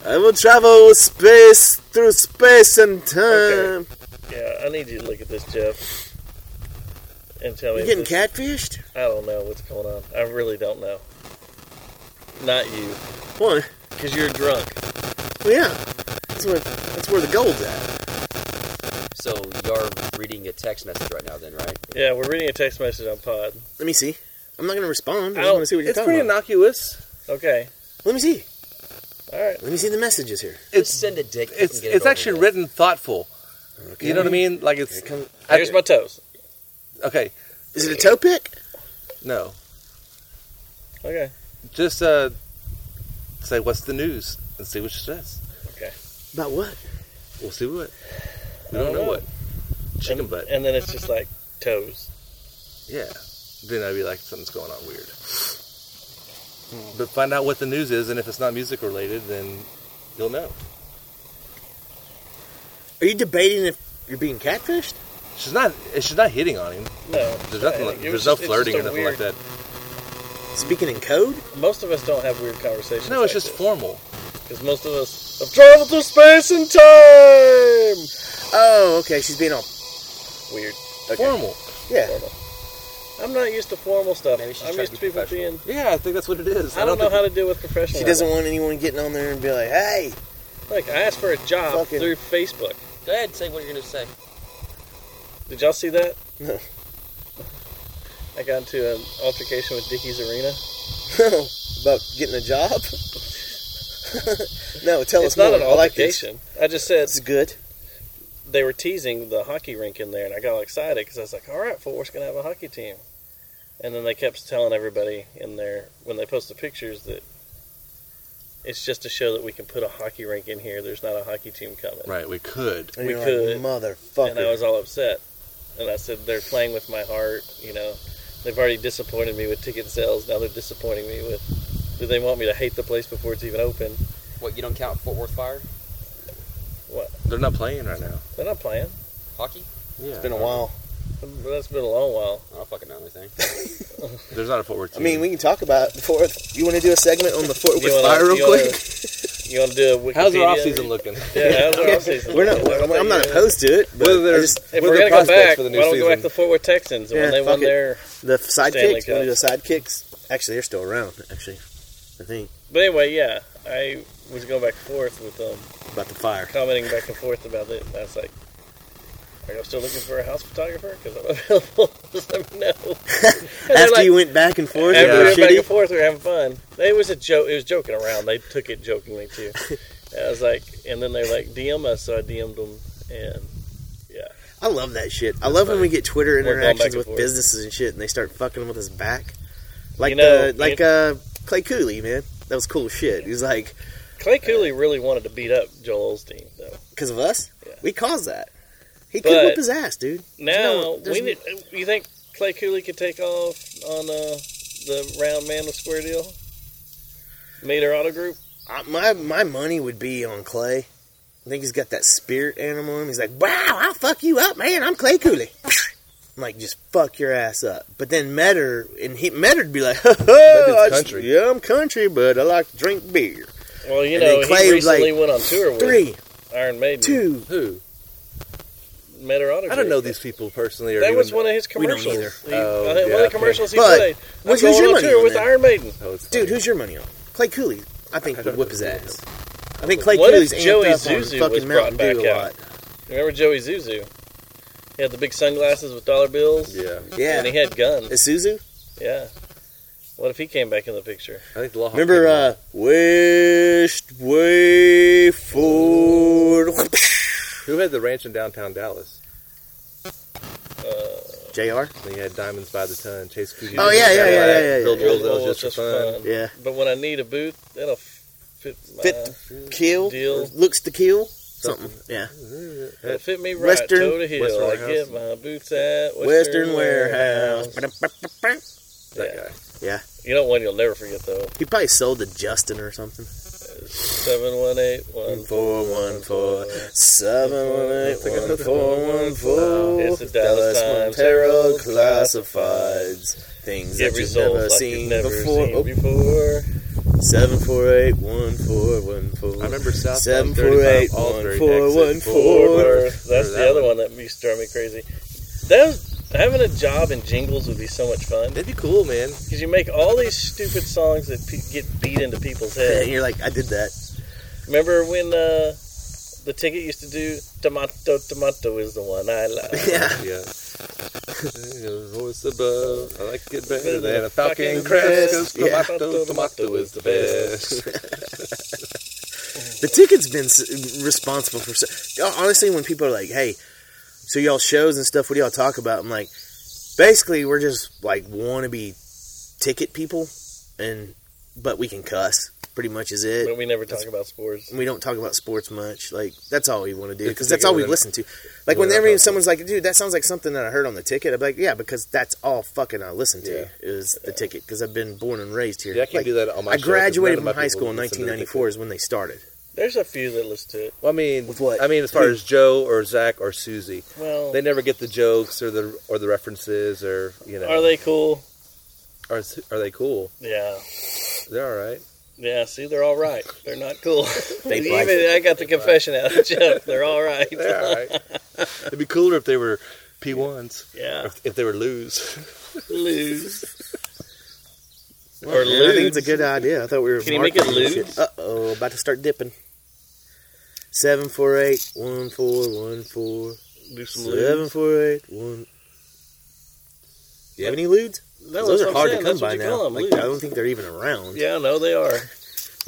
I will travel with space through space and Okay. time. Yeah. I need you to look at this, Jeff, and tell me. You if getting this- catfished? I don't know what's going on. I really don't know. Not you, What? because you're drunk. Well, yeah. That's where that's where the gold's at. So you're reading a text message right now, then, right? Yeah, we're reading a text message on Pod. Let me see. I'm not gonna respond. I Ow. just want to see what way. you're It's talking pretty about. innocuous. Okay. Let me see. All right. Let me see the messages here. It's send a dick. pic It's and get it's it over actually with. written thoughtful. Okay. You know what I mean? Like it's Here come- I- Here's my toes. okay. Is it a toe pick? No, Okay. just uh, say what's the news and see what she says. About what? We'll see what. We don't know what. Chicken butt. And then it's just like toes. Yeah. Then I'd be like, something's going on weird. But find out what the news is, and if it's not music related, then you'll know. Are you debating if you're being catfished? She's not. eh, She's not hitting on him. No. There's nothing. It Like, was there's just- no it's just flirting a or nothing weird- like that. Speaking in code? Most of us don't have weird conversations. No, it's just formal. because most of us have traveled through space and time. Oh, okay. She's being all. Weird. Formal. Yeah. I'm not used to formal stuff. Maybe she's I'm trying used to to be people being. Yeah, I think that's what it is. I don't know think how to deal with professional. She doesn't want anyone getting on there and be like, hey, Look, I asked for a job Fucking- through Facebook. Go ahead, say what you're going to say. Did y'all see that? No. I got into an altercation with Dickie's Arena. about getting a job? no, tell it's us more. not an I like this. altercation. I just said It's good. they were teasing the hockey rink in there, and I got all excited because I was like, "All right, Fort Worth's gonna have a hockey team." And then they kept telling everybody in there when they post the pictures that it's just to show that we can put a hockey rink in here. There's not a hockey team coming, Right, we could. And We you're could. like, motherfucker. and I was all upset. and I said they're playing with my heart. You know, they've already disappointed me with ticket sales. Now they're disappointing me with. Do they want me to hate the place before it's even open? What you don't count Fort Worth Fire They're not playing right now. They're not playing. hockey? Yeah. a while. That's been a long while. I don't fucking know anything. There's not a Fort Worth. I mean, we can talk about it before. You want to do a segment on the Fort You Worth wanna- Fire real you wanna- quick? You want to do a Wikipedia? how's their off season looking? Yeah, how's our offseason? We're not. looking? I'm not opposed to it. But Whether I there's just, If what are we're the gonna go prospects back, for the new why don't we go back season? to the Fort Worth Texans Yeah, when they won fuck it. their? the Stanley sidekicks. Cup. One of the sidekicks. Actually, they're still around. Actually, I think But anyway, yeah, I was going back and forth with them, about the fire. commenting back and forth about it. And I was like, "Are y'all still looking for a house photographer? Because I'm available." Just let me know. And they're After like- you went back and forth, After you we were went back shitty. and forth, we were having fun. It was a joke. It was joking around. They took it jokingly too. And I was like, and then they were like, "DM us," so I DM'd them, and I love that shit. I love when we get Twitter going back interactions and with forth. businesses and shit, and they start fucking with us back. Like You know, the like it- uh, Clay Cooley, man. That was cool shit. He's like, Clay Cooley really wanted to beat up Joel Olstein though. because of us, Yeah. we caused that. He But- could whip his ass, dude. Now No, there's we need, you think Clay Cooley could take off on uh, the round man with square deal? Mater Auto Group. I, my my money would be on Clay. I think he's got that spirit animal in him. He's like, wow, I'll fuck you up, man. I'm Clay Cooley. I'm like, just fuck your ass up. But then Metter and he Metter'd be like, dude's oh, country. yeah, I'm country, but I like to drink beer. Well, you And know then Clay he was like, recently went on tour with Three, Iron Maiden. two, Who? Mater Auto Group. I don't know these people personally. Or That was even- one of his We don't commercials. either. He- Oh, I think one yeah, of the commercials he okay. played. But I'm who's your going on money tour on with that? Iron Maiden. Oh, it's dude. funny. Who's your money on? Clay Cooley. I think I would don't whip know his who it ass. I think Clay What if Cooley's amped Joey up Zuzu on was fucking brought Mountain Dew back a out? lot. Remember Joey Zuzu? He had the big sunglasses with dollar bills. Yeah, Yeah, And he had guns. Isuzu. Yeah. What if he came back in the picture? I think the Law Remember, uh, West Way Forward. who had the ranch in downtown Dallas? Jr. They had diamonds by the ton. Chase Cootie. Oh, yeah, yeah, yeah, yeah, yeah, yeah. Build Drill Rolls holes just for fun. Yeah. But when I need a boot, that'll f- fit my, Fit Kill. Deal. Looks to kill. Something. Yeah. that'll fit me right Western- toe to heel. Western I Warehouse. get my boots at Western, Warehouse. That Yeah. guy. You know one you'll never forget though. He probably sold to Justin or something. Seven one eight one. Four one four seven one eight one four one four. It's the Dallas Times Montero Herald classifieds. Things Get that you've results never like seen you've never before. seen Oh, before. Seven four eight one four one four. I remember South Seven, Seven four, eight, one, four, one, four. four. That's the other one that used to drive me crazy. Those having a job in jingles would be so much fun That'd be cool, man. because you make all these stupid songs that pe- get beat into people's Yeah, heads. you're like I did that. Remember when uh, the ticket used to do "Tomato, Tomato" is the one I love. Yeah. Yeah. Voice above. I like it better Better than a fucking falcon crest. 'cause crest. Yeah. Tomato, tomato is the best. The ticket's been s- responsible for. So, honestly, when people are like, "Hey, so y'all shows and stuff, what do y'all talk about?" I'm like, basically, we're just like wannabe ticket people, and but we can cuss. Pretty much is it. But we never talk about sports. We don't talk about sports much. Like that's all we want to do Yeah, 'cause because they that's go all we in- listen to. Like go in whenever that someone's like, "Dude, that sounds like something that I heard on the ticket," I'm like, "Yeah," because that's all fucking I listen to Yeah. is the ticket because I've been born and raised here. Yeah, I can't Like, do that on my I show 'cause none graduated of my from high people school in listen to the 1994 is when they started. There's a few that listen to it. Well, I mean, With what? I mean, as far Who? as Joe or Zach or Susie, Well, they never get the jokes or the or the references or you know. are they cool? Are, are they cool? Yeah. They're all right. Yeah, see, they're all right. They're not cool. They Even like I got the confession out of the jump. They're all right. They're all right. It'd be cooler if they were P ones. Yeah. If, if they were lose. Lose. Or Yeah, I think it's lose. a good idea. I thought we were. Can you make it lose? Uh oh, about to start dipping. Seven four eight one four one four Do some lose. seven four eight one. Do you have any ludes? No, Those that's are what I'm hard to saying. come That's by what you now. call 'em, Like, lose. I don't think they're even around. Yeah, no, they are.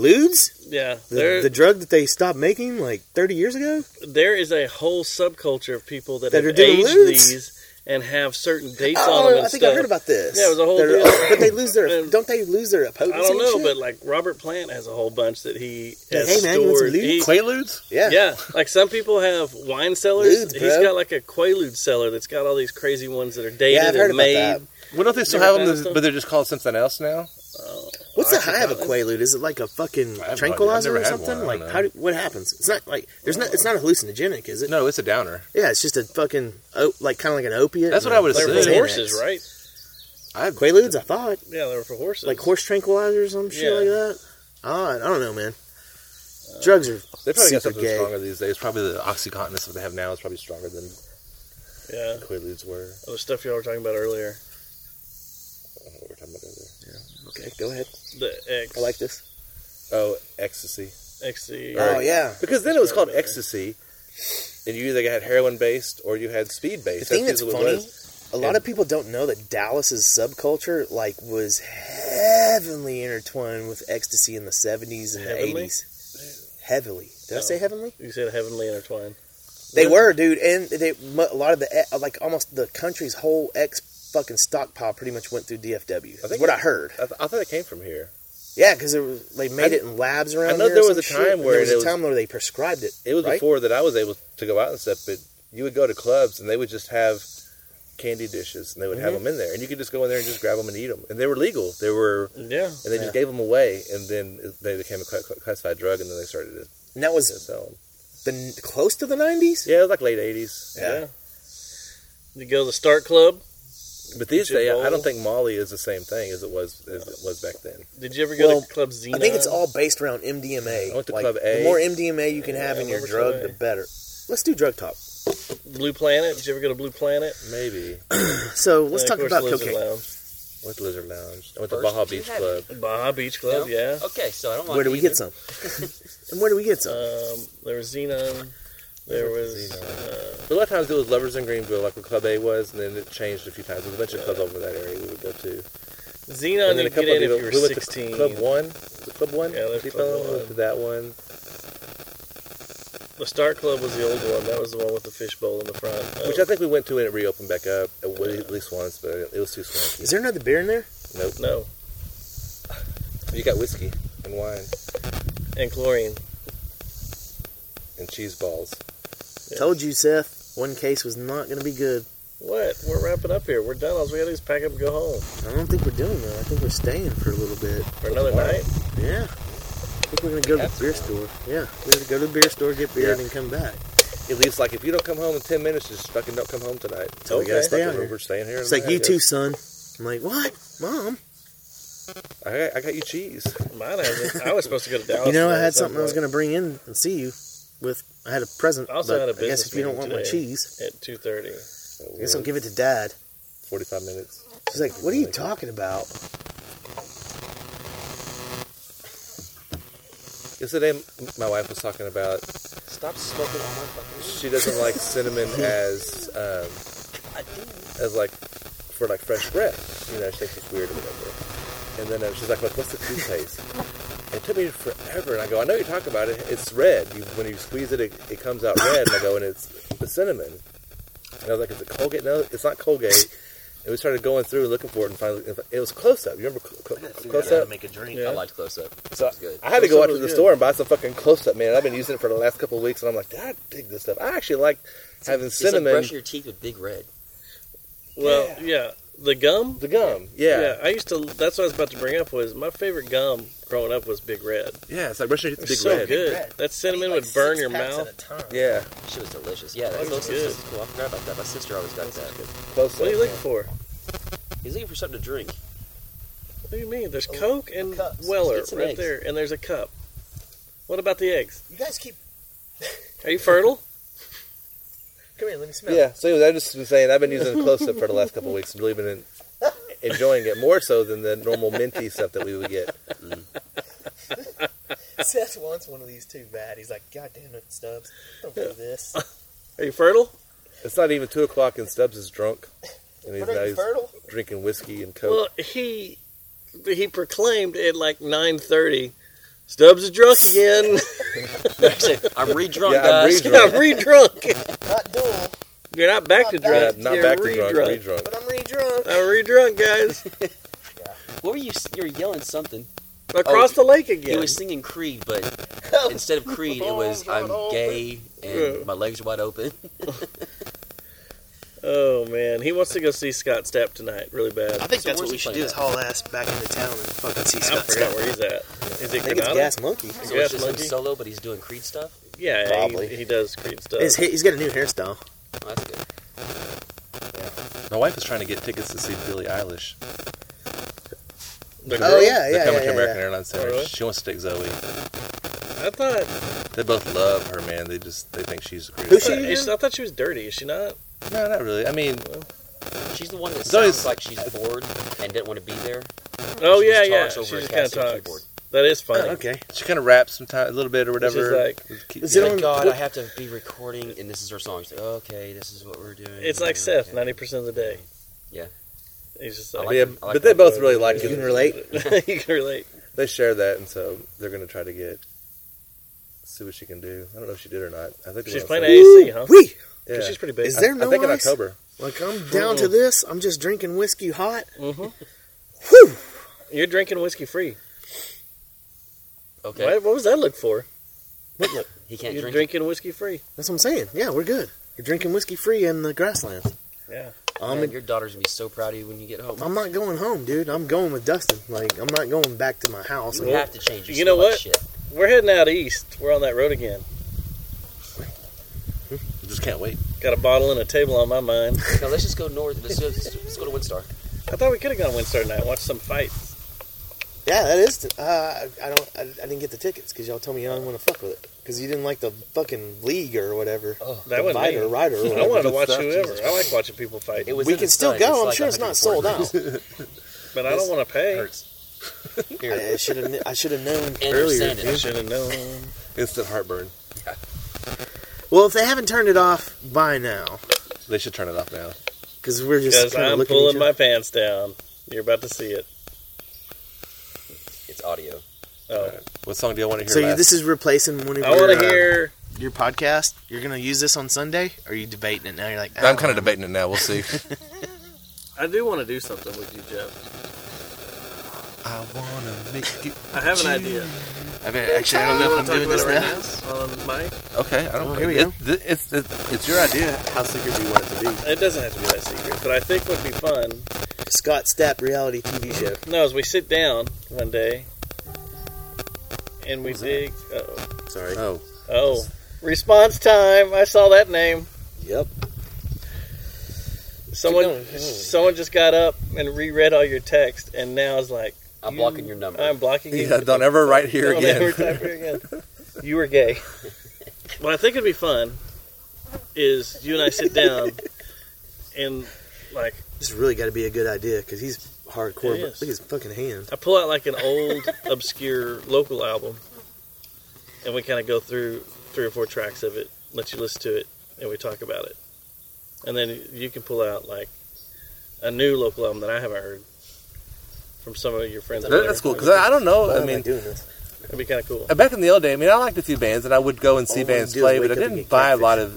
Ludes, Yeah, the, there, the drug that they stopped making like thirty years ago. there is a whole subculture of people that, That have are doing aged lewds? these and have certain dates on them Oh, and I think stuff. I heard about this. Yeah, it was a whole They're- deal. But they lose their And- don't they lose their potency? I don't and know, shit? but like Robert Plant has a whole bunch that he Yeah, has hey, man, you want some stored. lube? He- Quaaludes? yeah, yeah, like some people have wine cellars. Lubes, He's bro. got like a Quaalude cellar that's got all these crazy ones that are dated yeah, I've heard and about made. that. Well, don't they still Never have done them? stuff? But they're just called something else now. What's I the high of a forgot. quaalude? Is it like a fucking idea. I've tranquilizer never or had one. something? I Like don't how? Do, what happens? It's not like there's not. It's not a hallucinogenic, is it? No, it's a downer. Yeah, it's just a fucking oh, like kind of like an opiate. That's and what I a would've They flavor were said. for Xanax. horses, right? I've Quaaludes, I thought Yeah, they were for horses. like horse tranquilizers, or some shit Yeah. like that. Odd. I don't know, man. Drugs are they probably super got something gay. stronger these days. Probably the OxyContin that's what they have now is probably stronger than yeah, Quaaludes were. all the stuff y'all were talking about earlier. I don't know what we're talking about earlier. Okay, go ahead. The X, E. I like this. Oh, ecstasy. XC. Oh yeah. Because then it was That's called right. ecstasy, and you either got heroin based or you had speed The based. thing that's funny, a lot And- of people don't know that Dallas's subculture like was heavily intertwined with ecstasy in the seventies and the Heavenly? eighties. Heavily. Did I No. say heavenly? You said heavenly intertwined. They were, dude, and they mu- a lot of the e- like almost the country's whole ex fucking stockpile pretty much went through DFW. I That's think what it- I heard. I, th- I thought it came from here. Yeah, because they made I- it in labs around. I know here or there was some a shit, time and where there was it a was- time where they prescribed it. It was right? before that I was able to go out and stuff, but you would go to clubs and they would just have candy dishes and they would have them in there, and you could just go in there and just grab them and eat them, and they were legal. They were, Yeah, and they Yeah. just gave them away, and then it- they became a cla- cla- classified drug, and then they started to and that to was sell them. the n- close to the nineties. Yeah, it was like late '80s. yeah. You go to the Start Club. But these Jim days, I Bowl. don't think Molly is the same thing as it was as it was back then. Did you ever go Well, to Club Xena? I think it's all based around MDMA. I went to Club A. The more MDMA you can have Yeah, in I your remember drug, Club A. the better. Let's do drug talk. Blue Planet. Did you ever go to Blue Planet? Maybe So let's And talk of course, about Lizard cocaine. Lounge. I went to Lizard Lounge. I went to First Baja two Beach had- Club. Baja Beach Club. Yeah. Yeah. Okay, so I don't like Where do we either. get some? and where do we get some? Um, there was Xenon. There was But a lot of times it was Lovers in Greenville, like where Club A was, and then it changed a few times. There was a bunch of clubs over that area we would go to. Xenon. then You could get in if you were we went to sixteen. Club One, was it Club One, Yeah, there's Deep Club Ellum, we One. went to that one. The Start Club was the old one. That was the one with the fishbowl in the front. Uh, Which I think we went to when it reopened back up, at wa- at least once, but it was too swanky. Is there another beer in there? Nope. no, You got whiskey and wine and chlorine. and cheese balls. Told you, Seth. One case was not going to be good. What? We're wrapping up here. We're done. All we gotta do is pack up and go home I don't think we're doing that. I think we're staying for a little bit. for another night. Yeah. I think we're going to go to the beer store. Yeah. We're going to go to the beer store, get beer, and then come back. At least, like, if you don't come home in 10 minutes, just fucking don't come home tonight. So we gotta stay Fucking out here. We're staying here. It's like, you too, son. I'm like, what? Mom? I got, I got you cheese. Mine hasn't. I was supposed to go to Dallas. You know, I today, had so something I was I'm going to bring in and see you with. I had a present. I also but had a I guess business if you don't want meeting my today. cheese, going at two thirty. I guess I'll give it to Dad. 45 minutes. She's like, "What are you talking about?" Yesterday, m- my wife was talking about Stop smoking on my fucking. she doesn't like cinnamon as um, I do. as like for like fresh breath. You know, she thinks it's weird or whatever. And then uh, she's like, "Look, what's the toothpaste?" And it took me forever, and I go, "I know you talk about it. It's red. You, when you squeeze it, it, it comes out red." And I go, "And it's the cinnamon." And I was like, "Is it Colgate?" No, it's not Colgate. And we started going through looking for it, and finally, it was close up. You remember cl- cl- close up? make a drink. Yeah. I liked close up. So It's good. I had to go out to was the good. store and buy some fucking close up, man. I've been using it for the last couple of weeks, and I'm like, God, I dig this stuff. I actually like having It's like cinnamon, brushing your teeth with Big Red. Well, yeah. the gum. the gum. Yeah. yeah, yeah, I used to. That's what I was about to bring up. Was my favorite gum growing up was Big Red. It's like brushing your It's teeth with Big so Red. good. Big Red. That cinnamon would burn your mouth. Yeah, Shit was delicious. Yeah, That was that's was good. cool. I forgot about that. My sister always got that. close up. What are you looking for? He's looking for something to drink. What do you mean? There's Coke and cups. Weller Let's get some right eggs. there, and there's a cup. What about the eggs? You guys keep Are you fertile? come here. Let me smell. Yeah, so anyway, I just was saying I've been using close up for the last couple of weeks, and really been en- enjoying it more so than the normal minty stuff that we would get. Seth wants one of these too bad. He's like, "God damn it, Stubbs, don't do this." Are you fertile? It's not even two o'clock, and Stubbs is drunk, and he's, What are you he's fertile? drinking whiskey and coke. Well, he he proclaimed at like nine thirty. Stubbs is drunk again. Actually, I'm re drunk, yeah, I'm guys. re-drunk. I'm re-drunk. Not dual. You're not back to Yeah, drunk. not You're back to drunk, re-drunk. re-drunk. But I'm re-drunk. I'm re-drunk, guys. What were you? s- You were yelling something. Oh, Across the lake He again. was singing Creed, but instead of Creed, it was I'm gay Yeah. and my legs are wide open. oh man, he wants to go see Scott Stapp tonight, really bad. I think So that's where's what he we should playing do is at? haul ass back into town and fucking see I Scott forgot Stapp. where he's at. Is he I think it's Granada? Gas Monkey. So Yes, it's just him monkey. solo, but he's doing Creed stuff. Yeah, he- Probably. He, does Creed stuff. His, he's got a new hairstyle. Oh, that's good. My wife is trying to get tickets to see Billie Eilish. The Oh, girl? yeah, They're yeah, coming yeah, to yeah, American yeah. Airlines Center. Oh, really? She wants to take Zoe. I thought They both love her, man. They just they think she's the greatest. Who's she I again? thought, I thought she was dirty. Is she not? No, not really. I mean, She's the one that Zoe's- sounds like she's bored and didn't want to be there. Oh She yeah, just yeah. talks She over a just kind of casting talks. keyboard. That is funny. Oh, okay. she kind of raps sometimes a little bit or whatever. like- Keep- Is it Thank on- God, what- I have to be recording, and this is her song. She's like, okay, this is what we're doing. It's like Okay. Seth, ninety percent of the day. Yeah. He's just I like, like yeah, I like but they that. both really like You can it. relate. you can relate. They share that, and so they're going to try to get see what she can do. I don't know if she did or not. I think She's it's playing outside. AAC, huh? Wee! Yeah. Because she's pretty big. Is there I no think in ice? October. Like I'm down to Mm-mm. this. I'm just drinking whiskey hot. Mhm. Whew. You're drinking whiskey free. Okay, What, what was that look for? he can't You're drink. drinking whiskey free. That's what I'm saying. Yeah, we're good. We're drinking whiskey free in the grasslands. Yeah. I'm, Man, your daughter's gonna be so proud of you when you get home. I'm not going home, dude. I'm going with Dustin. Like I'm not going back to my house. You Like, have to change. You, You know smell like what? Shit. We're heading out east. We're on that road again. just can't wait. Got a bottle and a table on my mind. Now let's just go north. Let's go, let's go to Windstar. I thought we could have gone Wednesday night and watched some fights. Yeah, that is. Uh, I I don't. I, I didn't get the tickets because y'all told me you don't want to fuck with it because you didn't like the fucking league or whatever. Oh, That The wasn't me. Viter, Rider. or I whatever. wanted to Good watch stuff, whoever. Jesus I like watching people fight, It was We in can the still sun. go. It's I'm like sure it's not 104 sold out. degrees. but I don't want to pay. Hurts. I should have. I should have known And earlier. sand I should have known. Instant heartburn. Well, if they haven't turned it off by now, They should turn it off now. because we're just Because kind of I'm looking. at pulling each my other. pants down. You're about to see it. It's audio. Oh. What song do you want to hear? So you, last? this is replacing one of I your, want to uh, hear. your podcast. You're gonna use this on Sunday? Or are you debating it now? You're like, "Oh, I'm kind of debating it now. We'll see. I do want to do something with you, Jeff. I wanna make it. I have an idea. I mean, actually, I don't know if Wanna I'm talk doing about this it right now. now on mic? Okay, I don't. Oh, here we it, th- It's it's it's your idea. How secret do you want it to be? It doesn't have to be that secret, but I think would be fun. Scott Stapp reality TV show. No, as we sit down one day and we dig. Uh-oh. Sorry. Oh, oh, response time! I saw that name. Yep. Someone, someone just got up and reread all your text, and now is like, I'm You- blocking your number. I'm blocking you. yeah. Don't ever write here Don't again. ever type here again. You were gay. what I think would be fun is you and I sit down and like This really got to be a good idea because he's hardcore. It but is. look at his fucking hand. I pull out like an old obscure local album, and we kind of go through three or four tracks of it, let you listen to it, and we talk about it. And then you can pull out like a new local album that I haven't heard from some of your friends. or That- whatever. that's cool because I, I don't know. Why I am I mean, doing this? It'd be kind of cool. Uh, back in the old day, I mean, I liked a few bands, and I would go and see All I bands do is play, but wake I up and didn't get buy a lot of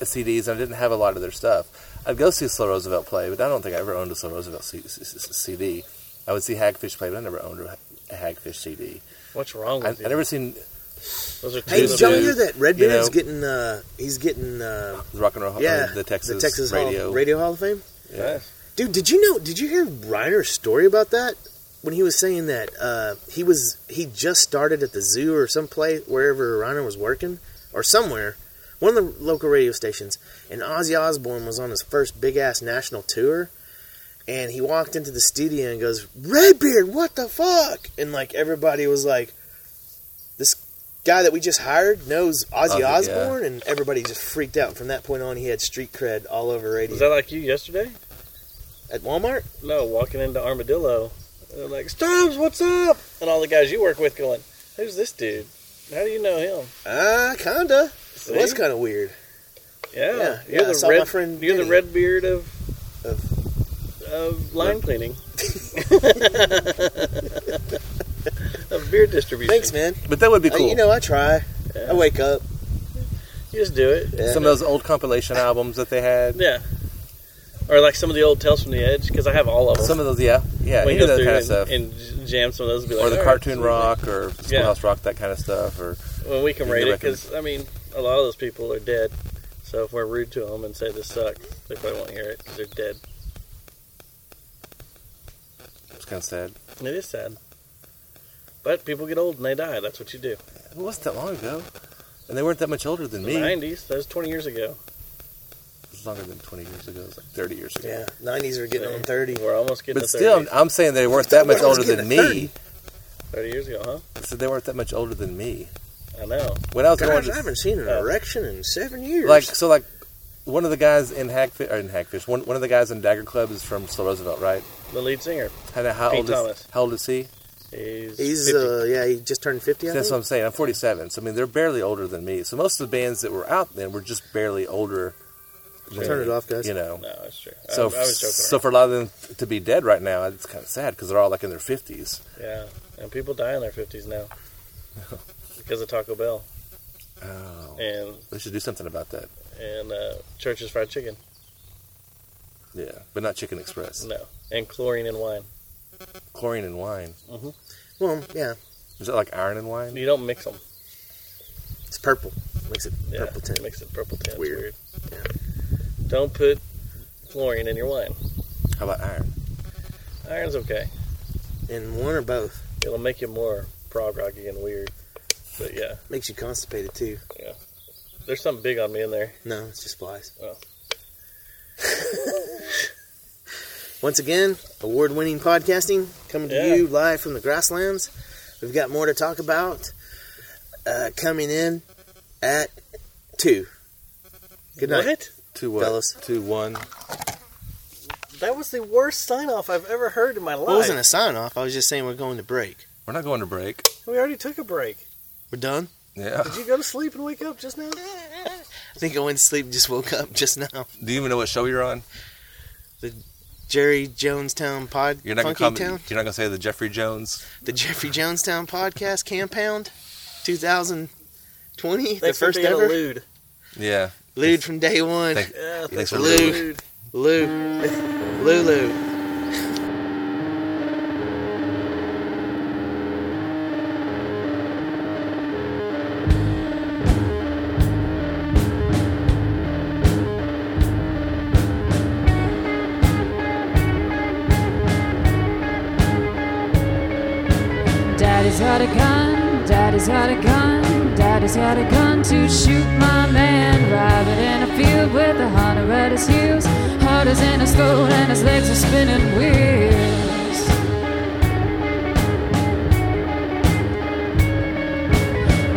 CDs, and I didn't have a lot of their stuff. I'd go see Slow Roosevelt play, but I don't think I ever owned a Slow Roosevelt C- C- C- CD. I would see Hagfish play, but I never owned a a Hagfish CD. What's wrong I, with I you? never seen Those are two Hey, of did y'all the- hear that? Redbeard's You know- getting. Uh, he's getting. Uh, Rock and Roll, or yeah, the Texas, Hall- radio. radio Hall of Fame. Yeah. Dude, did you know? Did you hear Reiner's story about that? When he was saying that uh, he was he just started at the zoo or someplace wherever Reiner was working or somewhere, one of the local radio stations, and Ozzy Osbourne was on his first big ass national tour, and he walked into the studio and goes, "Redbeard, what the fuck?" And like everybody was like, "This guy that we just hired knows Ozzy Ozzy, yeah. Osbourne," and everybody just freaked out. From that point on, he had street cred all over radio Was that like you yesterday? at Walmart. No, walking into Armadillo. And they're like, Stubbs, what's up? And all the guys you work with going, Who's this dude? How do you know him? Ah, kinda. See? It was kind of weird. Yeah, Yeah, you're yeah, I the saw red. my friend you're the Vinny. red beard of of, line cleaning. of beer distribution. Thanks, man. But that would be Uh, cool. you know, I try. Yeah. I wake up. just do it. Yeah. Some of those old compilation albums that they had. Yeah. Or like some of the old Tales from the Edge, because I have all of them. Some of those, yeah, yeah, We any can of go that through kind of and, stuff, and jam some of those. And be like, or the "All right, Cartoon sweet." Rock or Schoolhouse Rock, that kind of stuff, or Well, we can You rate can it because I mean, a lot of those people are dead. So if we're rude to them and say this sucks, they probably won't hear it because they're dead. it's kind of sad. And it is sad. But people get old and they die. That's what you do. It wasn't that long ago, and they weren't that much older than The me. It '90s, that was 20 years ago. was longer than twenty years ago. It was like thirty years ago. Yeah, nineties are getting on thirty. We're almost getting But to still, 30, I'm saying they weren't that much When I was older than getting to me. 30. 30 years ago, huh? I said they weren't that much older than me. I know. When I was going Gosh, to I haven't seen an Yeah. erection in seven years. like so like one of the guys in Hackfish or in Hackfish one one of the guys in Dagger Club is from Slow Roosevelt, right? The lead singer. And how Pete old is Thomas. how old is he? He's, he's 50. uh, yeah, he just turned fifty. I That's what think. I'm saying. I'm 47, so I mean they're barely older than me. So most of the bands that were out then were just barely older. than Turn me, it off, guys. You know. no, that's true. So I, I was joking. so for a lot of them to be dead right now, it's kind of sad because they're all like in their 50s. Yeah, and people die in their fifties now because of Taco Bell Oh, and we should do something about that. and uh, Church's fried chicken. Yeah, but not Chicken Express. No, and chlorine and wine. Chlorine and wine. Well, yeah, Is that like iron and wine? You don't mix them. it's purple. Makes it Yeah, purple tint. mix it purple tint. It's Weird. weird. Don't put chlorine in your wine. How about iron? Iron's okay. In one or both It'll make you more prog rocky and weird. But yeah, makes you constipated too. there's something big on me in there. No, it's just flies. Oh. Once again, award-winning podcasting coming to Yeah. you live from the grasslands. We've got more to talk about uh, coming in at two. Good night. What? Two what? Fellas. Two one. That was the worst sign off I've ever heard in my life. Well, it wasn't a sign off. I was just saying we're going to break. We're not going to break. We already took a break. We're done. Yeah. Did you go to sleep and wake up just now? I think I went to sleep. Just woke up just now. Do you even know what show you're on? Jerry Jonestown Pod. You're not Funky gonna Town. come, You're not gonna say the Jeffrey Jones. the Jeffrey Jonestown Podcast Compound, 2020, They the first ever. Lewd. Elude. Yeah. from day one. Thank- Yeah, Thanks for for listening. Lou. Lou. Lulu. Daddy's got a gun, daddy's got a gun, daddy's got a gun to shoot my man. Rabbit in a field with a hunter at his heels, heart is in his throat and his legs are spinning wheels.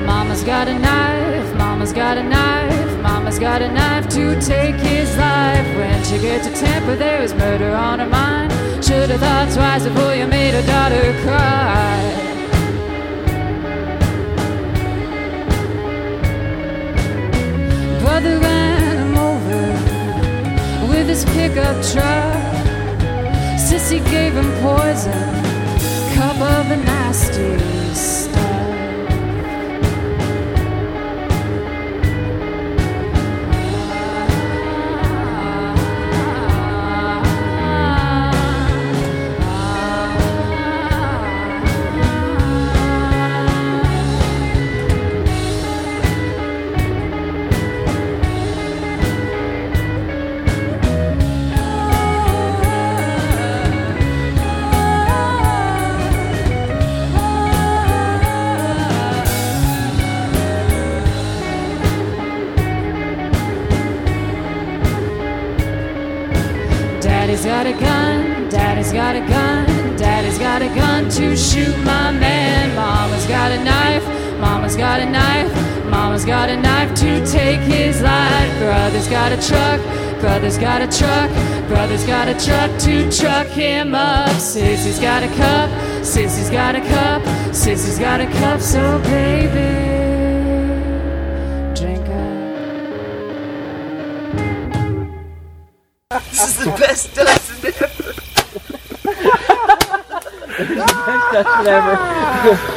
Mama's got a knife, mama's got a knife, mama's got a knife to take his life. When she gets a temper, there is murder on her mind. Should've thought twice before you made her daughter cry. Brother ran him over with his pickup truck. Sissy gave him poison, cup of the nasty stuff. Daddy's got a gun, daddy's got a gun, daddy's got a gun to shoot my man. Mama's got a knife, mama's got a knife, mama's got a knife to take his life. Brother's got a truck, brother's got a truck, brother's got a truck to truck him up. Sissy's got a cup, sissy's got a cup, sissy's got a cup, so baby, drink up. This is the best dust. That's whatever.